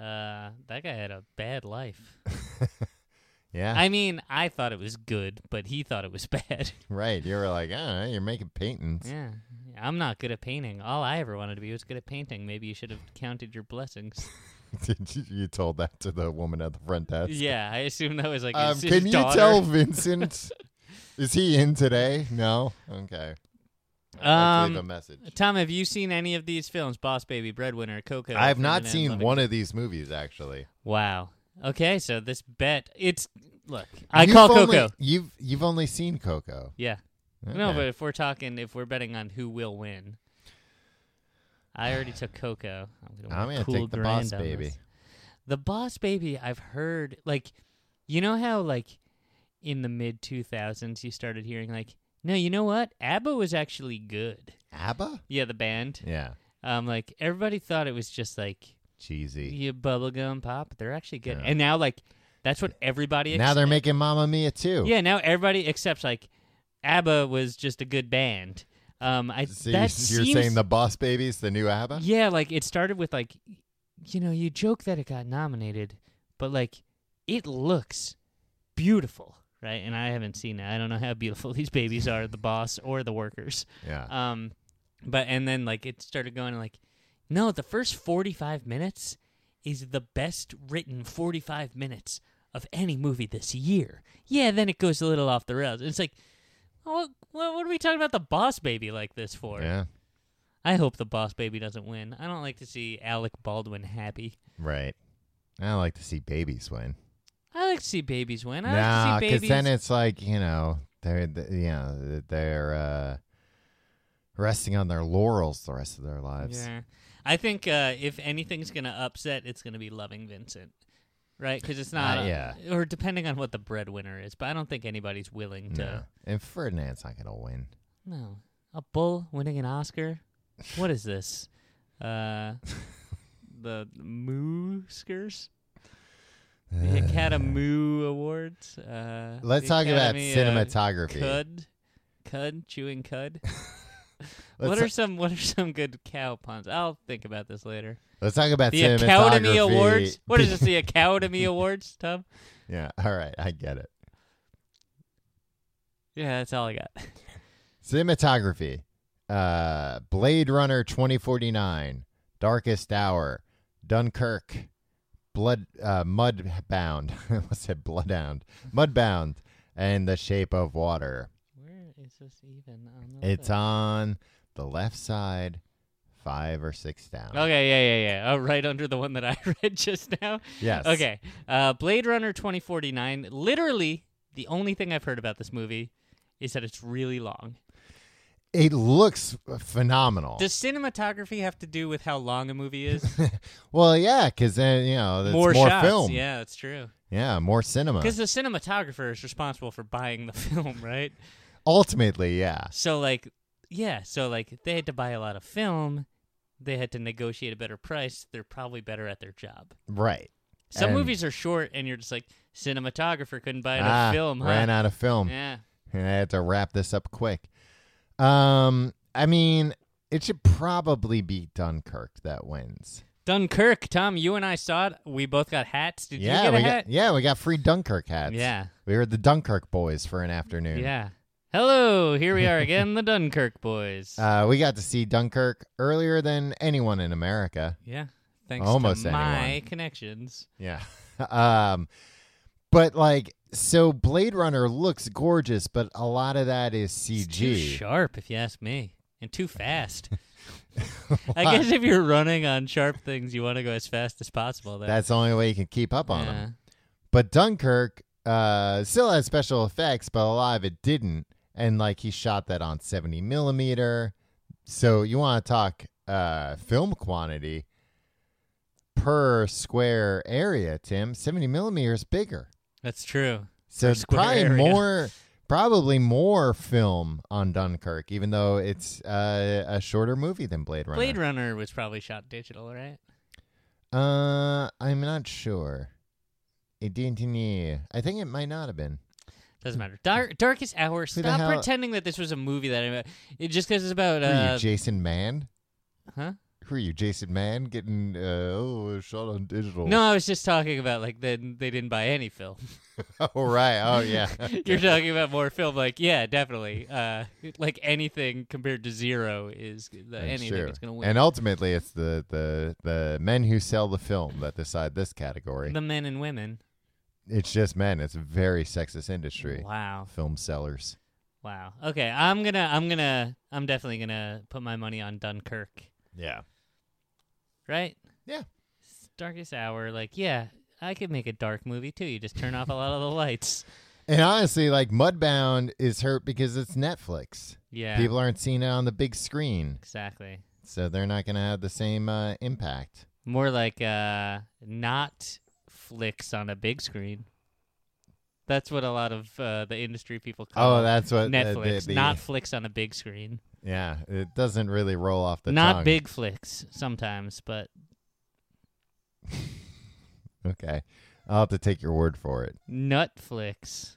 Uh, that guy had a bad life.
Yeah,
I mean, I thought it was good, but he thought it was (laughs) bad.
right. You were like, oh, you're making paintings.
Yeah. I'm not good at painting. All I ever wanted to be was good at painting. Maybe you should have counted
(laughs)
your blessings.
(laughs) Did you, you told that to the woman at the front desk.
yeah, I assume that was like
Um,
his, his
can you
daughter. (laughs)
tell Vincent? is he in today? No. Okay. I'll leave a
Um,
message.
Tom, have you seen any of these films? Boss Baby, Breadwinner, Coco.
I have not
Ferdinand,
seen
Loving-
one of these movies actually.
Wow. Okay, so this bet it's look. I
You've
call
only-
Coco.
You've you've only seen Coco.
Yeah. No, but
Okay.
if we're talking if we're betting on who will win. I already took Coco. I'm
I'm
win
gonna
cool
take the
grand
boss
on this.
baby.
The Boss Baby, I've heard like you know how like in the mid 2000s you started hearing like No, you know what? ABBA was actually good.
ABBA?
Yeah, the band.
Yeah.
Um, like everybody thought it was just like
Cheesy.
you bubblegum pop. They're actually good.
Yeah.
And now like that's what everybody
Now they're
accepts.
making Mamma Mia too.
Yeah, now everybody accepts like ABBA was just a good band. Um I
So
that
you're,
seems,
you're saying the Boss Baby's the new ABBA?
Yeah, like it started with like you know, you joke that it got nominated, but like it looks beautiful, right? And I haven't seen it. I don't know how beautiful (laughs) these babies are, the boss or the workers.
Yeah.
Um, but and then like it started going like, no, the first forty five minutes is the best written forty five minutes of any movie this year. Yeah, then it goes a little off the rails. It's like, what what, what are we talking about the Boss Baby like this for?
yeah.
I hope the Boss Baby doesn't win. I don't like to see Alec Baldwin happy.
Right. I like to see babies win.
I like to see babies win. I
nah,
like to see babies.
then it's like you know they're th- you know they're uh, resting on their laurels the rest of their lives.
Yeah. I think uh, if anything's gonna upset, it's gonna be loving Vincent, right? Because it's not,
Uh, yeah.
or depending on what the breadwinner is. But I don't think anybody's willing
No.
to.
And Ferdinand's not gonna win.
No, a bull winning an Oscar. what is this?
(laughs)
Uh, the Mooskers, the Academy Awards. Uh,
(laughs) Let's
the
talk about
Academy, uh,
cinematography.
Cud, cud, chewing cud.
(laughs) Let's,
what are some What are some good cow puns? I'll think about this later.
let's talk about
The
cinematography.
Academy Awards.
(laughs)
What is this? The Academy Awards, Tom?
yeah. All right, I get it.
Yeah, that's all I got.
Cinematography. Uh, Blade Runner 2049, Darkest Hour, Dunkirk, Blood uh, Mudbound. (laughs) I almost said Bloodhound. Mudbound and The Shape of Water.
Where is this even? On the
It's
list?
on the left side, five or six down.
Okay, yeah, yeah, yeah. Oh, right under the one that I (laughs) read just now.
Yes.
Okay. Uh, Blade Runner 2049. Literally, the only thing I've heard about this movie is that it's really long.
It looks phenomenal.
Does cinematography have to do with how long a movie is?
well, yeah, because then you know it's more,
shots.
film.
Yeah, that's true.
Yeah, more cinema.
Because the cinematographer is responsible for buying the (laughs) film, right?
Ultimately, yeah.
So like, yeah. So like, they had to buy a lot of film. They had to negotiate a better price. They're probably better at their job.
Right.
Some
And-
movies are short, and you're just like, cinematographer couldn't buy enough
Ah,
film. Huh?
ran out of film.
Yeah.
and I had to wrap this up quick. Um, I mean, it should probably be Dunkirk that wins.
Dunkirk, Tom, you and I saw it. We both got hats. Did
yeah,
you get a
we
hat?
got yeah, we got free Dunkirk hats.
Yeah.
we were the Dunkirk boys for an afternoon.
yeah. Hello, here we are again, the Dunkirk boys.
uh, we got to see Dunkirk earlier than anyone in America.
yeah. Thanks
almost
to my
anyone.
connections.
Yeah, (laughs) um, but like, so Blade Runner looks gorgeous, but a lot of that is
It's too
CG. (laughs)
sharp, if you ask me, and too fast. I guess if you're running on sharp things, you want to go as fast as possible. Then.
That's the only way you can keep up on them.
yeah.
But Dunkirk uh, still had special effects, but a lot of it didn't. And like he shot that on 70 millimeter. So you want to talk uh, film quantity per square area, Tim? 70 millimeters bigger.
That's true.
So it's
square
probably
area.
more, probably more film on Dunkirk, even though it's uh, a shorter movie than Blade Runner.
Blade Runner was probably shot digital, right?
Uh, I'm not sure. It didn't. I think it might not have been.
Doesn't matter. Dark, darkest hour.
Hmm. Who the
Stop
hell-
pretending that this was a movie that I. It just because it's about.
Who are
Uh,
you, Jason Mann?
huh?
Who are you, Jason Mann? Getting uh, oh shot on digital?
No, I was just talking about like they they didn't buy any film.
(laughs) oh right.
(laughs)
Oh (laughs) yeah.
You're talking about more film, like yeah, definitely. Uh, like anything compared to zero is the,
That's
uh, anything
true.
is gonna win.
And ultimately, it's the, the the men who sell the film that decide this category.
the men and women.
It's just men. It's a very sexist industry.
Wow,
Film sellers.
wow. Okay, I'm gonna, I'm gonna, I'm definitely gonna put my money on Dunkirk.
Yeah.
Right?
Yeah.
It's darkest hour. Like yeah, I could make a dark movie too. You just turn off a lot of the lights. (laughs)
And honestly, like Mudbound is hurt because it's Netflix.
Yeah.
People aren't seeing it on the big screen,
exactly.
so they're not going to have the same uh, impact.
More like uh, not flicks on a big screen. That's what a lot of uh, the industry people call
Oh, that's what the-
Uh, Netflix,
the- the-
not flicks on a big screen.
yeah, it doesn't really roll off the
not
tongue.
big flicks sometimes, but
Okay, I'll have to take your word for it.
Nutflix.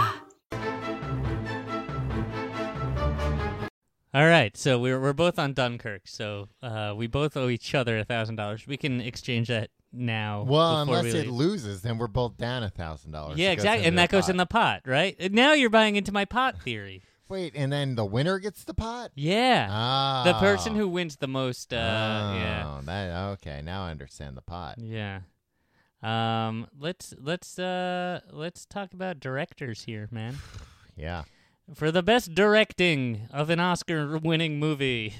All right, so we're we're both on Dunkirk, so uh, we both owe each other a thousand dollars. We can exchange that now.
Well,
Oh, before
unless
we
it
leave.
loses, then we're both down a thousand dollars.
yeah,
It goes
exactly,
into
and
the
that goes
pot.
in the pot, right? And Now you're buying into my pot theory.
wait, and then the winner gets the pot.
Yeah,
Ah,
the person who wins the most. Uh, Yeah,
Oh, that okay. Now I understand the pot.
yeah. Um, let's let's uh let's talk about directors here,
(laughs)
man.
Yeah,
For the best directing of an Oscar-winning movie.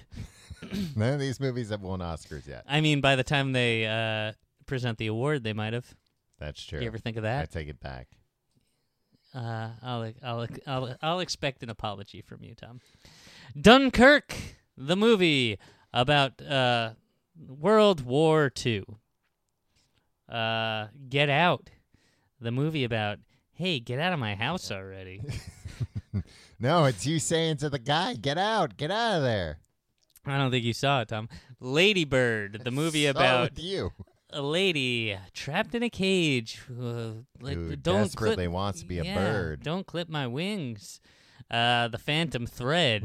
none of these movies have won Oscars yet.
I mean, by the time they uh, present the award, they might have.
That's true.
You ever think of
I
that?
take it back. (laughs)
Uh, I'll, I'll, I'll, I'll expect an apology from you, Tom. Dunkirk, the movie about uh, World War II. Uh, Get Out, the movie about, hey, get out of my house already.
No, it's you saying to the guy, "Get out, get out of there."
I don't think you saw it, Tom. Lady Bird, the movie
So (laughs)
about
with you
a lady trapped in a cage who, like,
Who
don't
desperately
clip,
wants to be a
yeah,
bird.
Don't clip my wings. Uh, the Phantom Thread,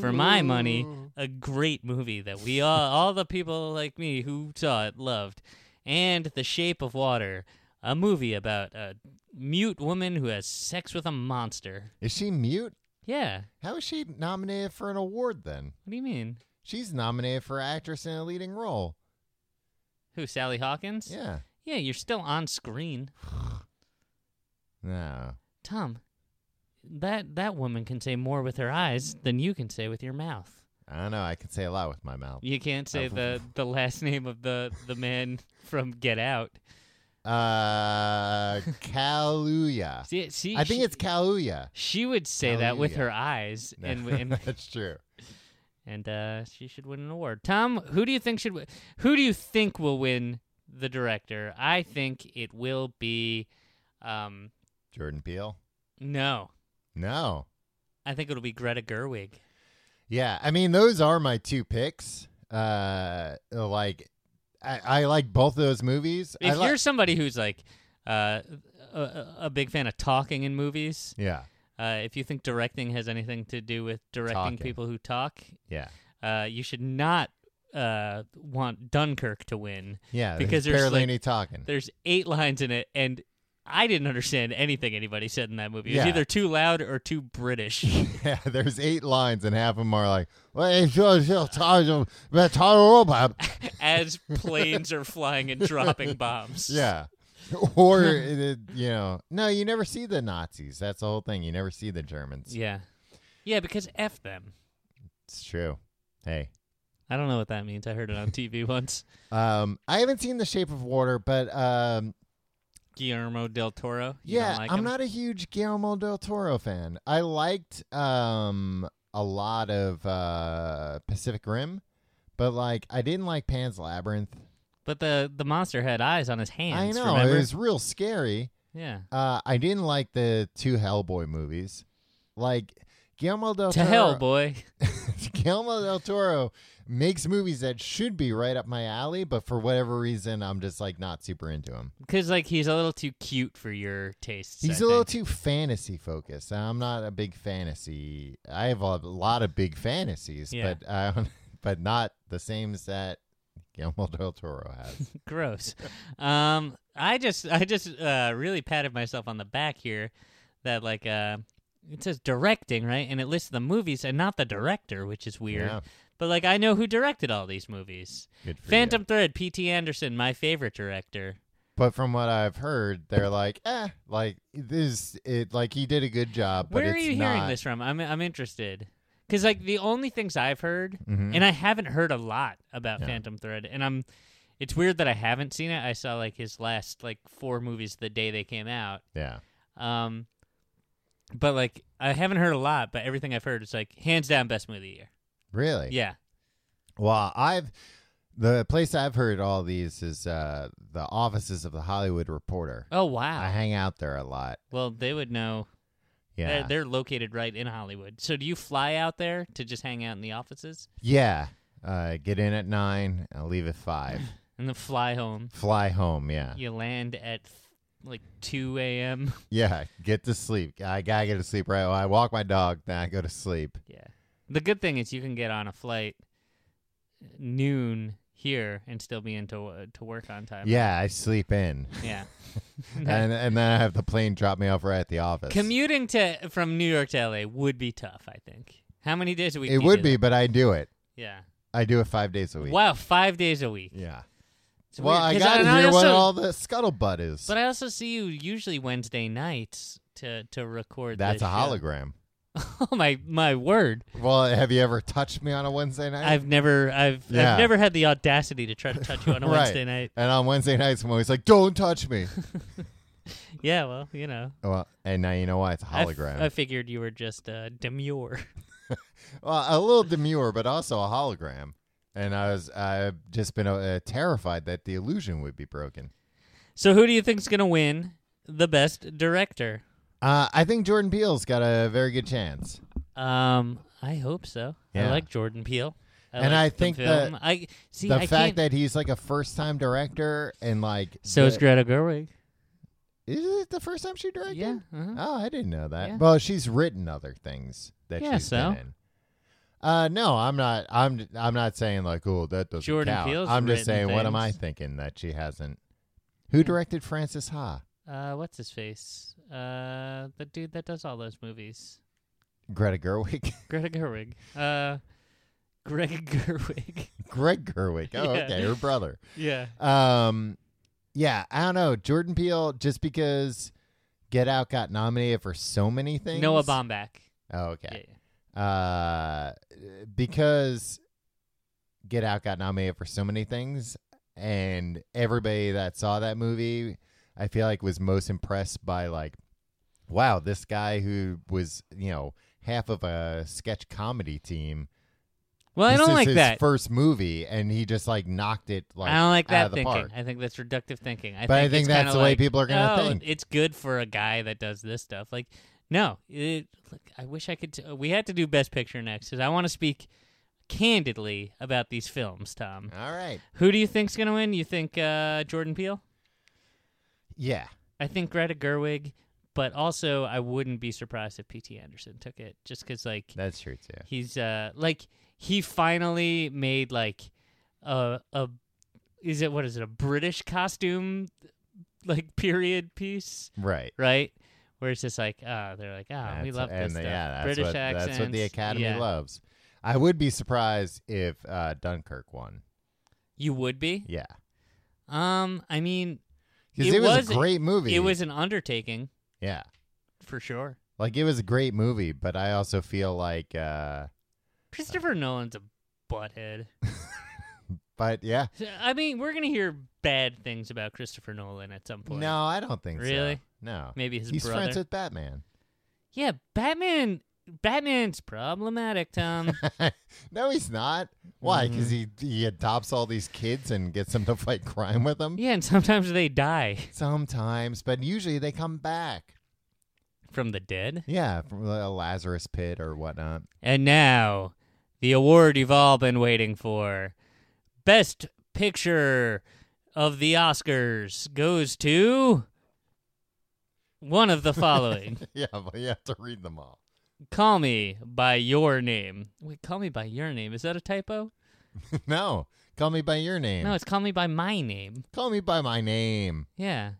for my money, a great movie that we all, all the people like me who saw it loved, and The Shape of Water, a movie about a mute woman who has sex with a monster.
Is she mute?
Yeah,
How is she nominated for an award then?
what do you mean?
She's nominated for actress in a leading role.
Who Sally Hawkins?
Yeah.
yeah, you're still on screen,
No.
Tom. That that woman can say more with her eyes than you can say with your mouth.
I don't know. I can say a lot with my mouth.
You can't say
Uh,
the, the last name of the, the man from Get Out.
Uh, Kaluuya.
See, see,
I think
she,
it's Kaluuya.
she would say that with
Kaluuya.
her eyes,
No, (laughs)
and w- and,
that's true.
and uh, she should win an award. Tom, who do you think should wi- who do you think will win the director? I think it will be, um,
Jordan Peele.
no,
No.
I think it'll be Greta Gerwig.
Yeah. I mean, those are my two picks. Uh, like, I, I like both of those movies. I
If
li-
you're somebody who's like uh, a, a- a big fan of talking in movies,
yeah.
Uh, if you think directing has anything to do with directing
Talking.
people who talk,
Yeah.
uh, you should not uh, want Dunkirk to win.
Yeah.
Because
there's
there's,
barely
like-
any talking.
There's eight lines in it, and I didn't understand anything anybody said in that movie. It was
Yeah.
either too loud or
(laughs)
too British.
Yeah, there's eight lines, and half of them are like, "Well, it's just- it's just- it's just a robot."
as planes are flying and dropping bombs.
Yeah. (laughs)
(laughs)
Or, it- it- you know, no, you never see the Nazis. That's the whole thing. You never see the Germans.
Yeah. Yeah, because F them.
It's true. Hey.
I don't know what that means. I heard it on TV once.
Um, I haven't seen The Shape of Water, but um,
Guillermo del Toro. You
yeah,
don't like
I'm
him?
not a huge Guillermo del Toro fan. I liked um a lot of uh Pacific Rim, but like I didn't like Pan's Labyrinth.
But the the monster had eyes on his hands.
I know
Remember?
it was real scary.
yeah.
Uh, I didn't like the two Hellboy movies. Like Guillermo del
To
Toro.
hell, boy. (laughs)
(laughs) Guillermo del Toro makes movies that should be right up my alley, but for whatever reason, I'm just like not super into him.
Because like he's a little too cute for your tastes.
He's
a
a little too fantasy focused. and I'm not a big fantasy. I have a lot of big fantasies,
Yeah.
but uh, (laughs) but not the same as that Guillermo del Toro has.
(laughs)
(laughs)
gross. um, I just I just uh, really patted myself on the back here that like uh, it says directing right, and it lists the movies and not the director, which is weird.
Yeah.
But like I know who directed all these movies.
Good for
Phantom
you.
Thread, P.T. Anderson, my favorite director.
But from what I've heard, they're like, eh, like this. It like he did a good job.
Where
but
are
it's
you hearing
not-
this from? I'm I'm interested. Cause like the only things I've heard, and I haven't heard a lot about
Mm-hmm. Yeah.
Phantom Thread, and I'm, it's weird that I haven't seen it. I saw like his last like four movies the day they came out,
Yeah,
Um, but like I haven't heard a lot, but everything I've heard is like hands down best movie of the year.
really.
Yeah,
Well, I've the place I've heard all these is uh, the offices of the Hollywood Reporter.
Oh wow.
I hang out there a lot.
well, they would know.
Yeah,
They're, they're located right in Hollywood. So do you fly out there to just hang out in the offices
yeah. Uh, get in at nine. I'll leave at
(laughs)
five.
and then fly home?
Fly home. Yeah.
You land at like two a.m.
Yeah, get to sleep. I gotta get to sleep right. Well, I walk my dog, then I go to sleep.
Yeah. The good thing is you can get on a flight noon here and still be into uh, to work on time.
Yeah, I sleep
(laughs)
in, (laughs)
Yeah.
and and then I have the plane drop me off right at the office.
Commuting to from New York to LA would be tough, I think. How many days a week? do
it
you
would
do
be,
that?
but I do it.
Yeah.
I do it five days a week.
Wow, five days a week.
Yeah.
It's
Well,
weird,
I
'cause
gotta
and I
hear what
also-
all the scuttlebutt is.
(laughs) But I also see you usually Wednesday nights to to record.
That's
this
a
show.
hologram.
(laughs) Oh my my word!
Well, have you ever touched me on a Wednesday night?
I've never I've
Yeah.
I've never had the audacity to try to touch you on
(laughs)
a
Right.
Wednesday night.
And on Wednesday nights, I'm always like, "Don't touch
(laughs)
me."
Yeah, well, you know.
well, and now you know why it's a
I f-
hologram.
I figured you were just uh, demure. (laughs)
Well, a little demure, but also a hologram. And I was, I've just been uh, terrified that the illusion would be broken.
So who do you think's gonna win the best director?
Uh, I think Jordan Peele's got a very good chance.
Um, I hope so.
Yeah.
I like Jordan Peele. I
And
like
I
the
think
film.
that-
I see.
the
I
fact
can't,
that he's like a first-time director and like
so
the,
is Greta Gerwig.
Is it the first time she directed?
Yeah, uh-huh.
Oh, I didn't know that.
Yeah.
Well, she's written other things that
Yeah,
she's
so?
been in. Uh, no, I'm not. I'm I'm not saying like, oh, that doesn't
Jordan
count.
Peele's
I'm just
written
saying, what am I
things.
thinking that she hasn't? Who directed Francis Ha?
uh, what's his face? Uh, the dude that does all those movies.
Greta Gerwig. (laughs)
Greta Gerwig. Uh, Greg (laughs) Gerwig.
Greg Gerwig. Oh,
(laughs) Yeah.
okay, her brother.
yeah.
Um, yeah, I don't know. Jordan Peele, just because Get Out got nominated for so many things.
Noah Baumbach.
Oh,
Yeah,
okay.
yeah.
Uh, because Get Out got nominated for so many things, and everybody that saw that movie, I feel like was most impressed by like, wow, this guy who was you know half of a sketch comedy team.
Well, I
this
don't
is
like
his
that.
First movie, and he just like knocked it like
I don't like
out of
that
the
thinking.
park.
I think that's reductive thinking. I
But I
think
think
it's
that's
kinda
the way
like,
people are gonna
"Oh,
think."
It's good for a guy that does this stuff. Like, no, it, look, I wish I could. T- we had to do Best Picture next because I want to speak candidly about these films. Tom,
All right.
who do you think's gonna win? You think uh, Jordan Peele?
Yeah.
I think Greta Gerwig, but also I wouldn't be surprised if P.T. Anderson took it just because like
That's true too.
he's uh like he finally made like a a is it what is it a British costume like period piece
Right.
right where it's just like ah they're like ah we
That's-
love
and
this
the-
stuff
Yeah, that's
British
what,
accents
That's what the Academy
yeah.
loves. I would be surprised if uh, Dunkirk won.
you would be
Yeah,
um I mean
because
It
it, was,
was-
a great movie.
it was an undertaking
yeah,
for sure
like it was a great movie. But I also feel like, uh,
Christopher Nolan's a butthead (laughs)
but yeah,
I mean we're gonna hear bad things about Christopher Nolan at some point
no, I don't think
Really?
so. No,
Maybe his
he's friends
brother.
with Batman. (laughs)
yeah Batman Batman's problematic Tom. (laughs)
no, he's not. Why?
Mm-hmm.
Because he he adopts all these kids and gets them to fight crime with him.
Yeah, and sometimes they die (laughs)
Sometimes, but usually they come back.
from the dead.
Yeah, from a Lazarus pit or whatnot.
And now, the award you've all been waiting for Best Picture of the Oscars goes to
(laughs)
one of the following
yeah, but you have to read them all.
Call Me by Your Name. Wait, Call Me by Your Name. Is that a typo?
(laughs) no, call me by your name.
No, it's Call Me by My Name.
call me by my name.
Yeah,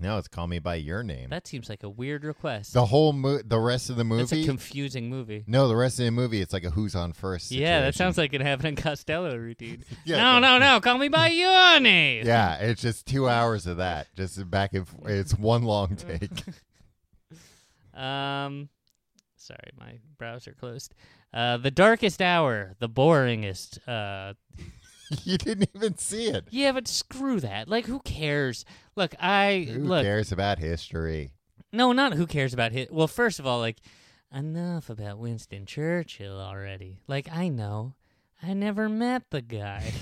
No, it's call me by your name.
that seems like a weird request.
the whole mo- the rest of the
That's a
movie.
confusing movie.
no, the rest of the movie. It's like a who's on first.
Yeah, that
situation.
sounds like an Abbott and Costello routine.
(laughs) Yeah,
no,
that-
no, no, call me by your name.
Yeah, it's just two hours of that, just back and forth. It's one
(laughs)
long take. (laughs)
Um, sorry, my browser closed. Uh, the darkest hour, the boringest. Uh,
you didn't even see it.
yeah, but screw that. Like, who cares? Look, I
Who
look.
cares about history?
No, not who cares about his. Well, first of all, like, enough about Winston Churchill already. Like, I know, I never met the
(laughs)
guy.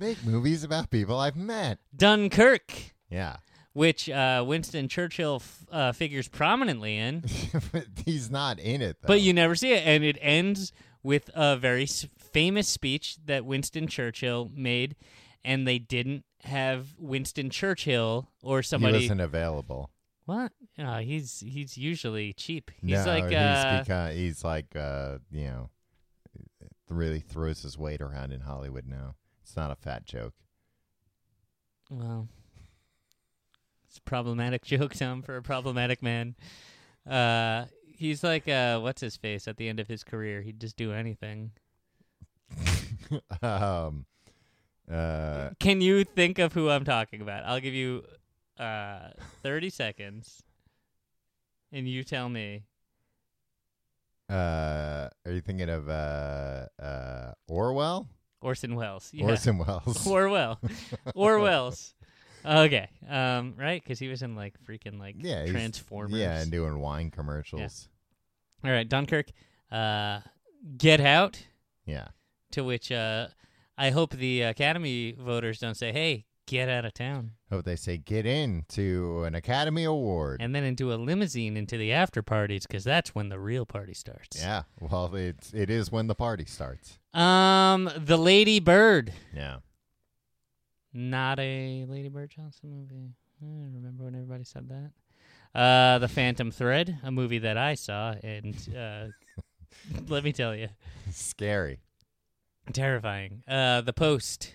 Make movies about people I've met.
Dunkirk,
Yeah, (laughs)
which uh, Winston Churchill f- uh, figures prominently in.
but he's not in it. Though.
But you never see it, and it ends with a very s- famous speech that Winston Churchill made, and they didn't have Winston Churchill or
he
somebody.
wasn't available.
What? Oh, he's he's usually cheap. He's
no,
like
he's,
uh,
become, he's like uh, you know, really throws his weight around in Hollywood now. It's not a fat joke. (laughs)
well, it's a problematic (laughs) joke, Tom, for a problematic man. Uh, he's like uh, what's his face at the end of his career? He'd just do anything.
um, uh,
Can you think of who I'm talking about? I'll give you uh,
(laughs)
30 seconds, and you tell me.
uh, are you thinking of uh, uh, Orwell?
Orson Welles. Yeah. (laughs)
Orson Welles. (laughs)
Orwell. Orwell's. Okay. Um, right? Because he was in, like, freaking, like,
yeah, he's-
Transformers.
Yeah, and doing wine commercials.
All right, Dunkirk. Uh, Get Out,
Yeah.
to which uh, I hope the Academy voters don't say, hey, get out of town.
Hope they say get in to an Academy Award.
And then into a limousine into the after parties, because that's when the real party starts.
yeah. Well, it's it is when the party starts.
Um, The Lady Bird. (laughs)
Yeah.
Not a Lady Bird Johnson movie. I don't remember when everybody said that. Uh, The Phantom Thread, a movie that I saw, and uh, (laughs) let me tell you,
Scary.
terrifying. Uh, The Post.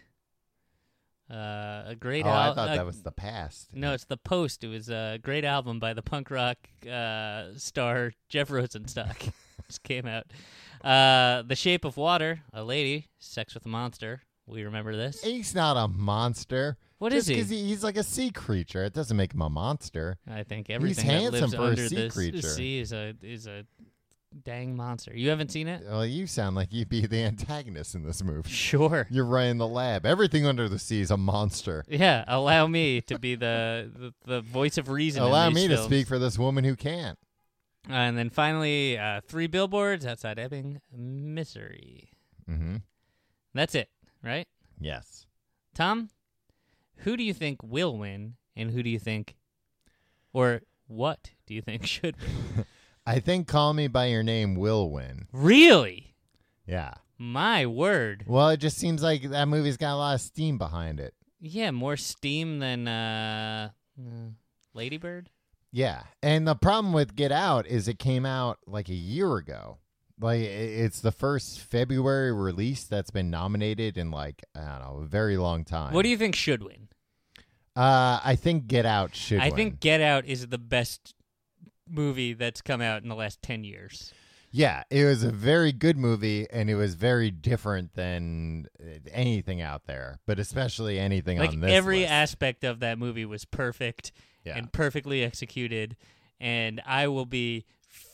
Uh, a great
oh,
al-
I thought
a-
that was the past.
No, it's The Post. It was a great album by the punk rock uh, star Jeff Rosenstock. (laughs) Just came out. Uh, the Shape of Water, a lady, sex with a monster. We remember this.
He's not a monster.
What
Just
is he?
'cause he's like a sea creature. It doesn't make him a monster.
I think everything that
handsome
lives
for a
under
sea
this
creature.
sea is a is a dang monster. You haven't seen it?
Well, you sound like you'd be the (laughs) antagonist in this movie.
(laughs) Sure.
You're running the lab. Everything under the sea is a monster.
Yeah, allow me to be the the, the voice of reason. in
Allow
these
me to
films.
speak for this woman who can't.
Uh, and then finally, uh, three billboards outside Ebbing, Missouri.
Mm-hmm.
That's it, right?
Yes.
Tom, who do you think will win, and who do you think, or what do you think (laughs) should win?
I think Call Me By Your Name will win.
really?
Yeah.
My word.
Well, it just seems like that movie's got a lot of steam behind it.
Yeah, more steam than uh, uh, Ladybird.
Yeah. And the problem with Get Out is it came out like a year ago. Like i- it's the first February release that's been nominated in like I don't know, a very long time.
What do you think should win?
Uh I think Get Out should
I
win.
think Get Out is the best movie that's come out in the last 10 years.
Yeah, it was a very good movie and it was very different than uh, anything out there, but especially anything
like
on this
every
list.
aspect of that movie was perfect
Yeah.
and perfectly executed and I will be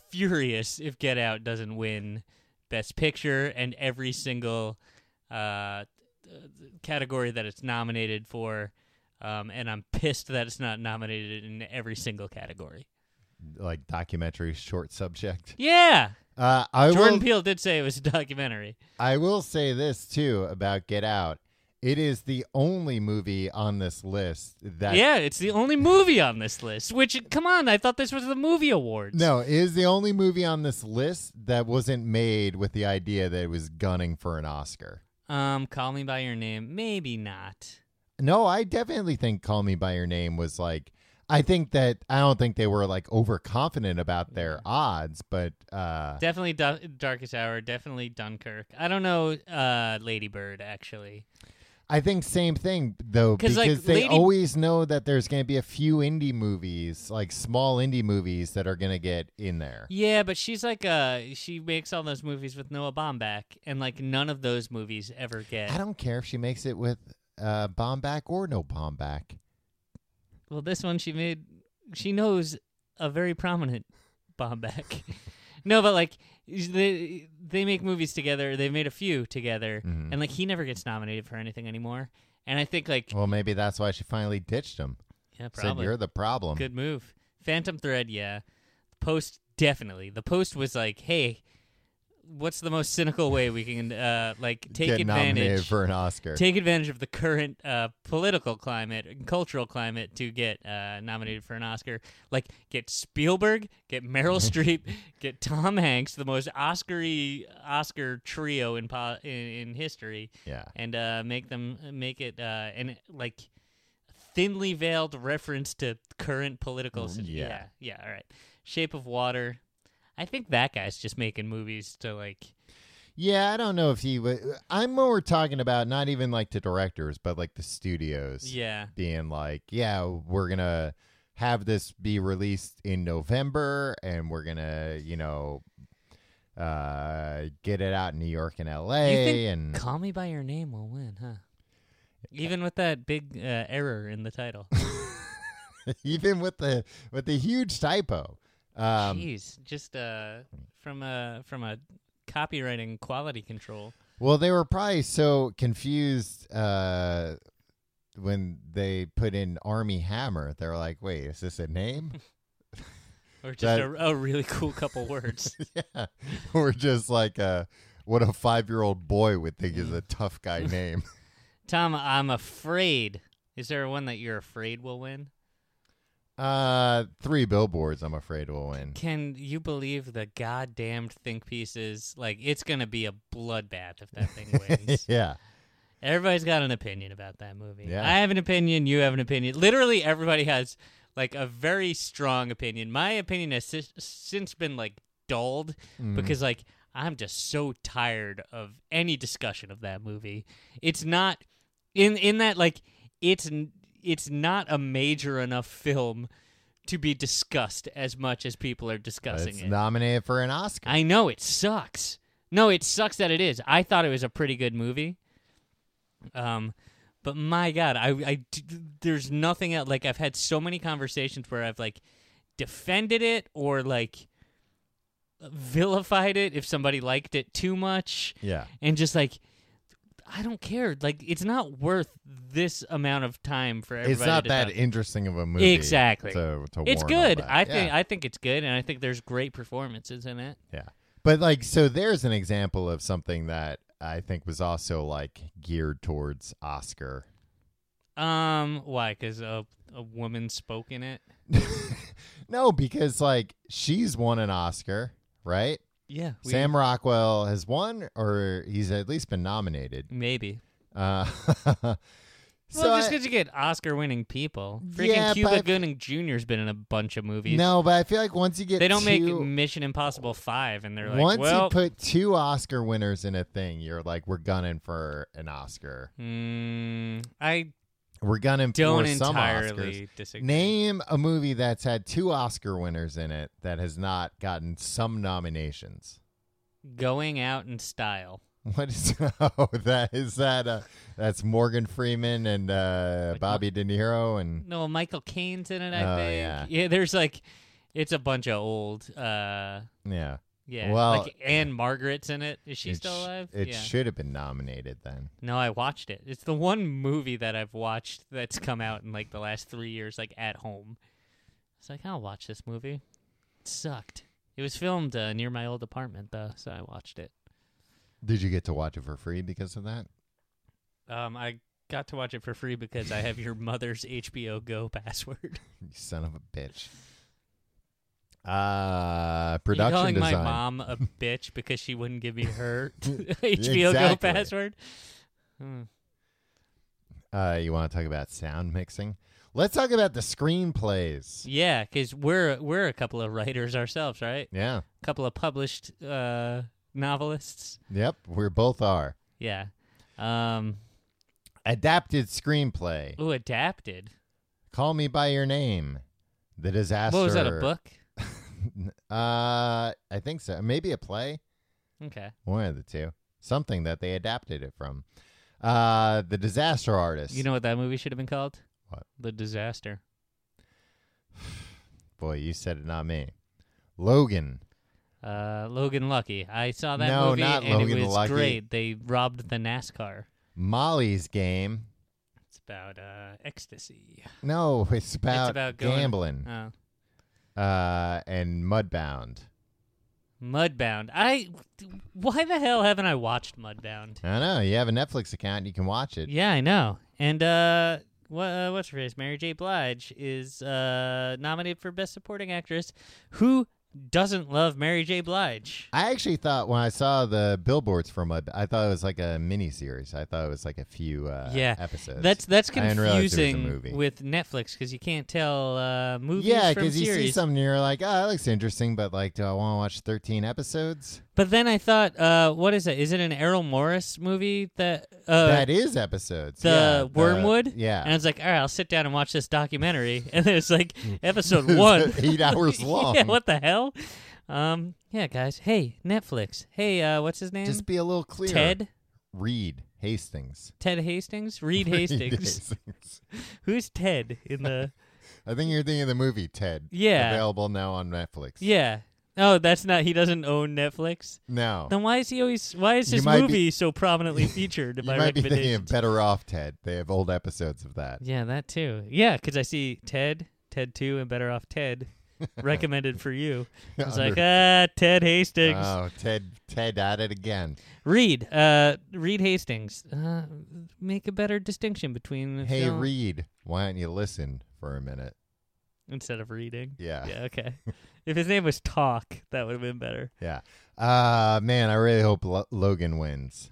furious if Get Out doesn't win best picture and every single uh category that it's nominated for um, and I'm pissed that it's not nominated in every single category.
like documentary short subject.
Yeah.
Uh I
Jordan
will
Peele did say it was a documentary.
I will say this too about Get Out. It is the only movie on this list that
yeah, it's the only movie on this list. Which, come on, I thought this was the movie awards.
No, it is the only movie on this list that wasn't made with the idea that it was gunning for an Oscar.
Um, Call Me by Your Name. Maybe not.
No, I definitely think Call Me by Your Name was like I think that I don't think they were like overconfident about
Mm-hmm.
their odds, but uh
Definitely du- Darkest Hour. Definitely Dunkirk. I don't know. Uh, Lady Bird actually.
I think same thing though
'Cause,
because
like,
they
Lady-
always know that there's going to be a few indie movies, like small indie movies that are going to get in there.
Yeah, but she's like uh, she makes all those movies with Noah Baumbach, and like none of those movies ever get.
I don't care if she makes it with uh, bomb back or no bomb back.
Well, this one she made. She knows a very prominent (laughs) Bombeck. (laughs) no, but like they they make movies together. They've made a few together,
Mhm.
and like he never gets nominated for anything anymore. And I think like
Well, maybe that's why she finally ditched him.
yeah,
Said
probably
you're the problem.
good move. Phantom Thread, yeah. Post definitely. The post was like, hey. What's the most cynical way we can uh, like take
Get nominated
advantage
for an Oscar.
take advantage of the current uh, political climate and cultural climate to get uh, nominated for an Oscar. Like get Spielberg, get
(laughs)
Meryl Streep, get Tom Hanks, the most Oscary Oscar trio in po- in, in history,
yeah.
and uh, make them make it uh, and like thinly veiled reference to current political. sit-
Mm, yeah.
yeah, yeah. All right, Shape of Water. I think that guy's just making movies to like.
Yeah, I don't know if he would. I'm more talking about not even like the directors, but like the studios
Yeah.
being like, yeah, we're going to have this be released in November and we're going to, you know, uh, get it out in New York and LA.
you think
and
Call Me by Your Name will win, huh? Even with that big uh, error in the title.
(laughs) even with the with the huge typo. (laughs) Um,
Jeez, just uh, from a from a copywriting quality control.
Well, they were probably so confused uh, when they put in Army Hammer. They're like, "Wait, is this a
(laughs)
name?" (laughs)
Or just
That-
a, a really cool couple
(laughs)
words.
yeah, or just like uh what a five-year-old boy would think
(laughs)
is a tough guy name. (laughs)
Tom, I'm afraid. Is there one that you're afraid will win?
uh, three billboards. I'm afraid will win.
Can you believe the goddamned think pieces? Like it's gonna be a bloodbath if that thing wins.
(laughs) yeah,
Everybody's got an opinion about that movie.
Yeah.
I have an opinion. You have an opinion. Literally, everybody has like a very strong opinion. My opinion has si- since been like dulled
Mm-hmm.
because like I'm just so tired of any discussion of that movie. It's not in in that like it's n- it's not a major enough film to be discussed as much as people are
But
discussing
it's
it.
nominated for an Oscar.
I know it sucks. No, it sucks that it is. I thought it was a pretty good movie. Um, but my God, I, I d- there's nothing else. Like I've had so many conversations where I've like defended it or like vilified it if somebody liked it too much,
yeah,
and just like I don't care. Like it's not worth this amount of time for everybody.
it's not
to
that
talk-
interesting of a movie.
Exactly.
To, to warrant
It's
all
good.
that.
I
Yeah.
think I think it's good, and I think there's great performances in it.
Yeah. But like so there's an example of something that I think was also like geared towards Oscar.
Um, why? Because a a woman spoke in it.
No, because like she's won an Oscar, right?
Yeah,
Sam Rockwell (laughs) has won or he's at least been nominated.
Maybe
Uh
Well,
So
just
I-
because you get Oscar-winning people, freaking
Yeah,
Cuba
but-
Gooding Jr.'s been in a bunch of movies.
No, but I feel like once you get
they don't make
two-
Mission Impossible Five, and they're like,
once
well,
you put two Oscar winners in a thing, you're like, we're gunning for an Oscar.
mm, I
We're gunning
don't
for some Oscars.
entirely disagree.
Name a movie that's had two Oscar winners in it that has not gotten some nominations. (laughs)
Going out in style.
What is (laughs) oh that is that uh, that's Morgan Freeman and uh,
Like
Bobby De Niro and
No, Michael Caine's in it. I
Oh,
think.
yeah.
there's like, it's a bunch of old. uh
yeah.
Yeah.
Well-
like Anne Margaret's in it. Is she
It
still
sh-
alive?
It
yeah.
should have been nominated then.
No, I watched it. It's the one movie that I've watched that's come out in like the last three years, like at home. It's like I'll watch this movie. It sucked. It was filmed uh, near my old apartment though, so I watched it.
Did you get to watch it for free because of that?
Um, I got to watch it for free because I have your mother's HBO Go password.
You son of a bitch. Uh
you
(laughs) production
calling
design.
my mom a bitch because she wouldn't give
(laughs)
me her (laughs) HBO Go
Exactly.
password. Hmm.
Uh, you want to talk about sound mixing? Let's talk about the screenplays.
Yeah, because we're we're a couple of writers ourselves, right?
Yeah.
couple of published uh, novelists.
Yep. We both are
Yeah. Um,
adapted screenplay.
ooh, adapted.
Call me by your name. The disaster.
What was that? A book?
Uh, I think so. Maybe a play.
Okay.
One of the two. Something that they adapted it from. Uh, the disaster artist.
You know what that movie should have been called?
What?
The Disaster.
boy, you said it, not me. Logan.
Uh, Logan Lucky. I saw that
No,
movie
not
and
Logan
it was
Lucky.
great. They robbed the NASCAR.
Molly's game.
It's about uh, ecstasy.
No, it's about,
it's about going,
gambling.
Oh.
Uh, and Mudbound.
Mudbound. I. Why the hell haven't I watched Mudbound?
I don't know. You have a Netflix account. You can watch it.
Yeah, I know. And uh, what, uh, what's her face? Mary J. Blige is uh, nominated for Best Supporting Actress. Who doesn't love Mary J. Blige?
I actually thought when I saw the billboards for Mud, I thought it was like a mini series. I thought it was like a few uh,
yeah,
episodes.
That's that's
I didn't realize it was a movie.
confusing with Netflix because you can't tell uh, movies
yeah,
from
because you see
series.
something and you're like, oh, that looks interesting, but like, do I want to watch 13 episodes?
But then I thought, uh, what is it? Is it an Errol Morris movie that uh,
that is episodes. yeah,
the Wormwood?
yeah.
And I was like, all right, I'll sit down and watch this documentary. (laughs) And then
(laughs)
it's like episode one.
Eight hours long.
(laughs) yeah, what the hell? Um, yeah, guys. Hey, Netflix. Hey, uh, what's his name?
Just be a little clear.
Ted.
Reed Hastings. (laughs)
Ted Hastings? Reed
Reed
Hastings.
Hastings.
Who's Ted in the
I think you're thinking of the movie Ted.
Yeah.
Available now on Netflix.
Yeah. Oh, that's not he doesn't own Netflix.
No.
Then why is he always why is
Oh. You
his
might be-
movie
(laughs)
so prominently featured in
you
my
might be thinking
recommendation?
of Better Off Ted. They have old episodes of that.
Yeah, that too. Yeah, because I see Ted, Ted two, and Better
(laughs)
Off Ted recommended for you. I was like, ah, Ted Hastings,
Oh, Ted, Ted at it (laughs) again.
Reed, uh, Reed Hastings. Uh, make a better distinction between
Hey,
film-
Reed, why don't you listen for a minute?
instead of reading.
Yeah.
Yeah. Okay. if his name was Talk, that would have been better.
Yeah. Uh man, I really hope Lo- Logan wins.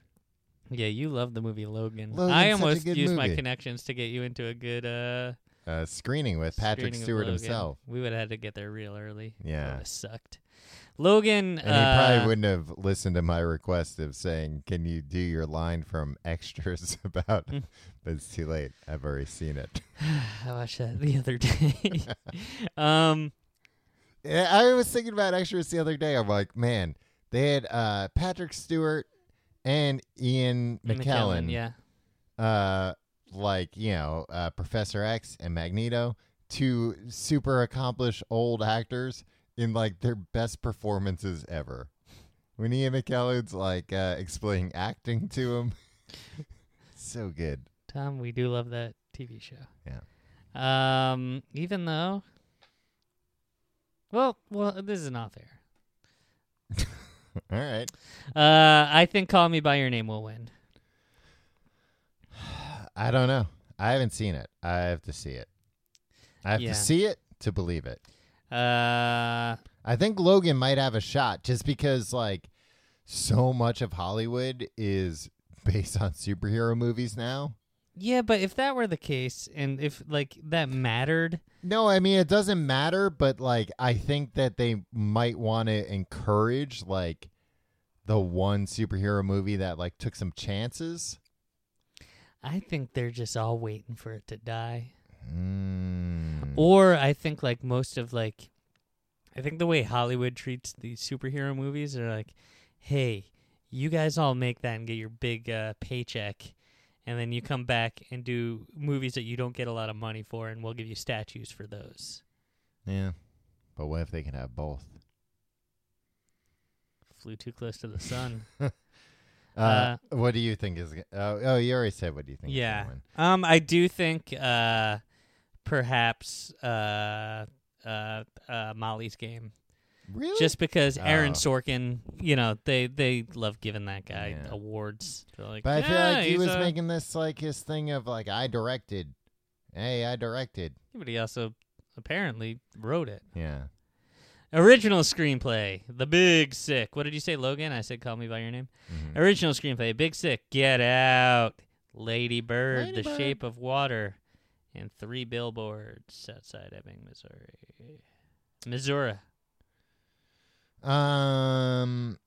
Yeah, you love the movie Logan.
Logan's
I
such a
almost
good
used my
movie.
connections to get you into a good uh
Uh, screening with Patrick
screening of
Stewart
Logan.
himself,
We would have had to get there real early.
Yeah.
That would have sucked.
and
Logan.
he probably
uh,
wouldn't have listened to my request of saying, "Can you do your line from (laughs) extras about?" (laughs) but it's too late. I've already seen it.
(laughs)
(laughs)
I watched that the other day. um,
Yeah, I was thinking about extras the other day. I'm like, man, they had uh, Patrick Stewart and Ian McKellen.
yeah.
uh, like you know uh, Professor X and Magneto, two super accomplished old actors in like their best performances ever. When Ian McKellen's like uh, explaining acting to him, (laughs) so good.
Tom, we do love that TV show.
Yeah.
Um, even though, well, well, this is not fair.
All right,
Uh, I think Call Me by Your Name will win.
I don't know. I haven't seen it. I have to see it. I have
Yeah.
to see it to believe it.
Uh,
I think Logan might have a shot just because like so much of Hollywood is based on superhero movies now.
Yeah, but if that were the case, and if like that mattered,
No, I mean it doesn't matter, but like I think that they might want to encourage like the one superhero movie that like took some chances.
I think they're just all waiting for it to die.
Mm.
Or I think like most of like, I think the way Hollywood treats these superhero movies are like, hey, you guys all make that and get your big uh, paycheck, and then you come back and do movies that you don't get a lot of money for, and we'll give you statues for those.
Yeah, but what if they can have (laughs) both?
Flew too close to
(laughs)
the sun.
Uh, what do you think is? Oh, oh, you already said what do you think? Is
yeah.
gonna win.
Um, I do think uh, perhaps uh, uh, uh, Molly's game.
Really?
just because Aaron
Oh.
Sorkin, you know, they they love giving that guy
Yeah.
awards. They're like,
But I feel
"Yeah,
like he
he's
was
a-"
making this like his thing of like I directed. Hey, I directed.
But he also apparently wrote it.
Yeah.
Original screenplay, The Big Sick. What did you say, Logan? I said, call me by your name.
Mm-hmm.
Original screenplay, Big Sick, Get Out, Lady Bird, The Shape of Water, and Three Billboards Outside Ebbing, Missouri. Missouri.
Um,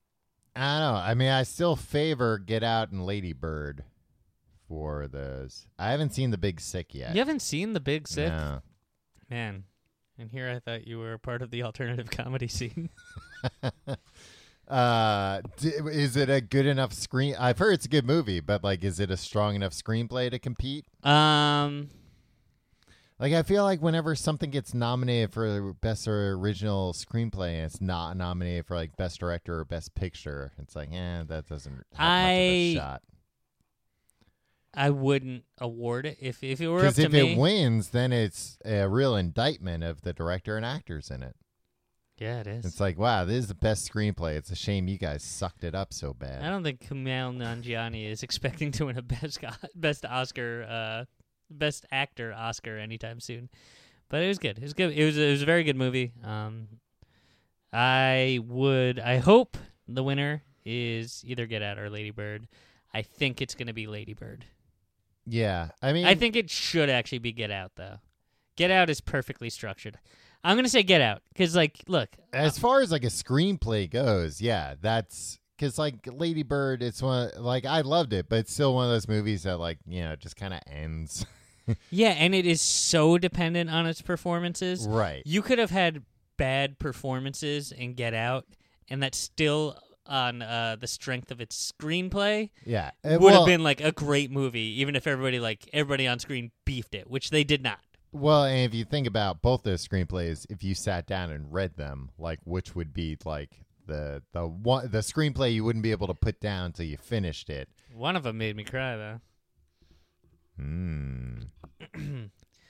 I don't know. I mean, I still favor Get Out and Lady Bird for those. I haven't seen The Big Sick yet.
You haven't seen The Big Sick?
No.
Man. And here I thought you were a part of the alternative (laughs) comedy scene.
(laughs) Uh, d- is it a good enough screen? I've heard it's a good movie, but like, is it a strong enough screenplay to compete?
Um,
Like, I feel like whenever something gets nominated for best original screenplay and it's not nominated for like best director or best picture, it's like, eh, that doesn't have much
I-
of a shot.
I wouldn't award it if if it were up
Because
to
if
me.
it wins, then it's a real indictment of the director and actors in it.
yeah, it is.
It's like, wow, this is the best screenplay. It's a shame you guys sucked it up so bad.
I don't think Kumail Nanjiani is (laughs) expecting to win a best Go- (laughs) best Oscar, uh, best actor Oscar anytime soon. But it was good. It was good. It was it was a very good movie. Um, I would. I hope the winner is either Get Out or Lady Bird. I think it's going to be Lady Bird.
yeah, I mean,
I think it should actually be Get Out though. Get Out is perfectly structured. I'm gonna say Get Out because, like, look,
as far as like a screenplay goes, yeah, that's because like Lady Bird, it's one like I loved it, but it's still one of those movies that like you know just kind of ends. (laughs)
Yeah, and it is so dependent on its performances.
right.
You could have had bad performances in Get Out, and that's still on uh, the strength of its screenplay.
Yeah, Uh,
Would
well,
have been like a great movie, even if everybody like everybody on screen beefed it, which they did not.
Well, and if you think about both those screenplays, if you sat down and read them, like which would be like the the one the screenplay you wouldn't be able to put down until you finished it.
One of them made me cry though.
Hmm.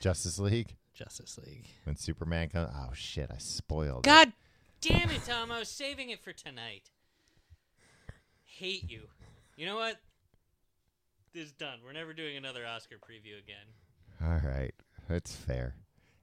Justice League
Justice League.
when Superman comes. Oh shit! I spoiled. it.
God damn it, Tom! I was saving it for tonight. Hate you. You know what? This is done. We're never doing another Oscar preview again.
All right, that's fair.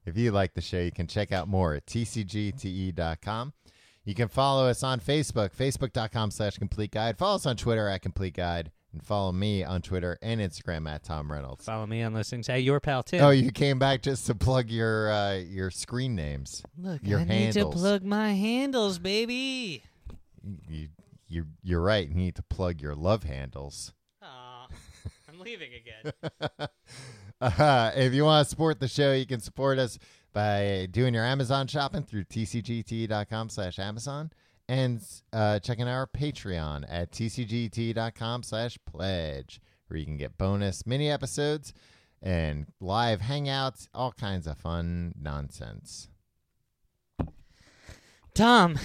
If you like the show, you can check out more at tcgte.com. E You can follow us on Facebook, facebook.com slash complete guide. Follow us on Twitter at complete guide. And follow me on Twitter and Instagram at Tom Reynolds.
Follow me on those things. Hey, your pal Tim.
Oh, you came back just to plug your uh, your screen names.
Look,
your
I
handles.
need to plug my handles, baby.
You, you you're right. You need to plug your love handles.
(laughs)
(laughs)
Aw, I'm leaving again.
Uh, if you want to support the show, you can support us by doing your Amazon shopping through tcgt.com slash Amazon and uh, checking our Patreon at tcgt.com slash pledge, where you can get bonus mini episodes and live hangouts, all kinds of fun nonsense.
(laughs) Tom,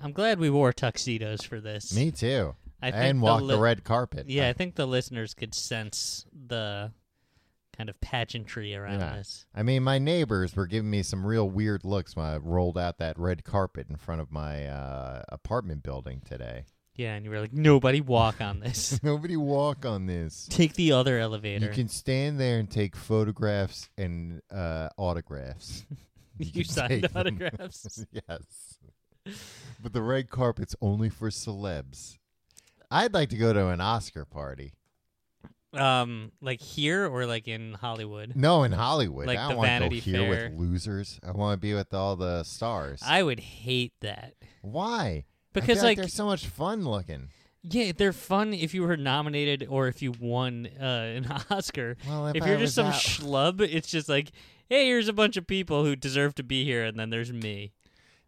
I'm glad we wore tuxedos for this.
Mm-hmm. Me too.
I think
and
the
walk the
li-
red carpet.
Yeah, I think the listeners could sense the kind of pageantry around
Yeah.
this.
I mean, my neighbors were giving me some real weird looks when I rolled out that red carpet in front of my uh, apartment building today. (laughs)
Yeah, and you were like, nobody walk on this. (laughs)
Nobody walk on this.
Take the other elevator.
You can stand there and take photographs and uh,
(laughs)
autographs.
(laughs) You
can
signed
take them. (laughs)
autographs?
yes. But the red carpet's only for celebs. I'd like to go to an Oscar party.
Um, like here or like in Hollywood?
No, in Hollywood.
Like
I
the
don't want to go
Vanity
here
Fair.
with losers. I want to be with all the stars.
I would hate that.
Why? I
Because,
feel
like-
they're so much fun looking.
Yeah, they're fun if you were nominated or if you won uh, an (laughs) Oscar.
Well, if
if
I
you're
was
just some
out-
schlub, it's just like, hey, here's a bunch of people who deserve to be here, and then there's me.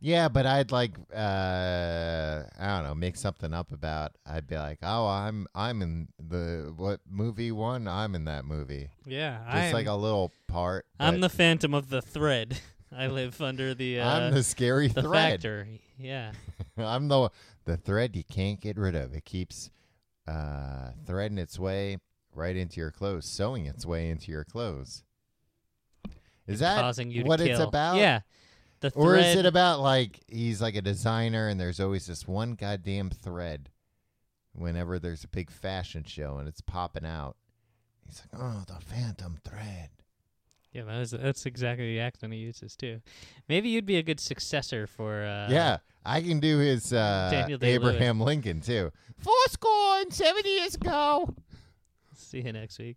Yeah, but I'd like uh I don't know, make something up about I'd be like, "Oh, I'm I'm in the what movie one? I'm in that movie."
Yeah,
Just like a little part.
I'm the
but
phantom of the thread. (laughs) I live under the uh,
I'm the scary
the
thread.
factor. Yeah,
(laughs) I'm the the thread you can't get rid of. It keeps uh threading its way right into your clothes, sewing its way into your clothes. Is that
causing you to
what it's
kill.
about?
Yeah, the thread.
Or is it about like he's like a designer and there's always this one goddamn thread whenever there's a big fashion show and it's popping out? He's like, oh, the phantom thread.
yeah, that was, that's exactly the accent he uses too. Maybe you'd be a good successor for. Uh,
yeah, I can do his uh,
Daniel Day-Lewis.
Abraham Lincoln too.
Four score and seventy years ago.
See you next week.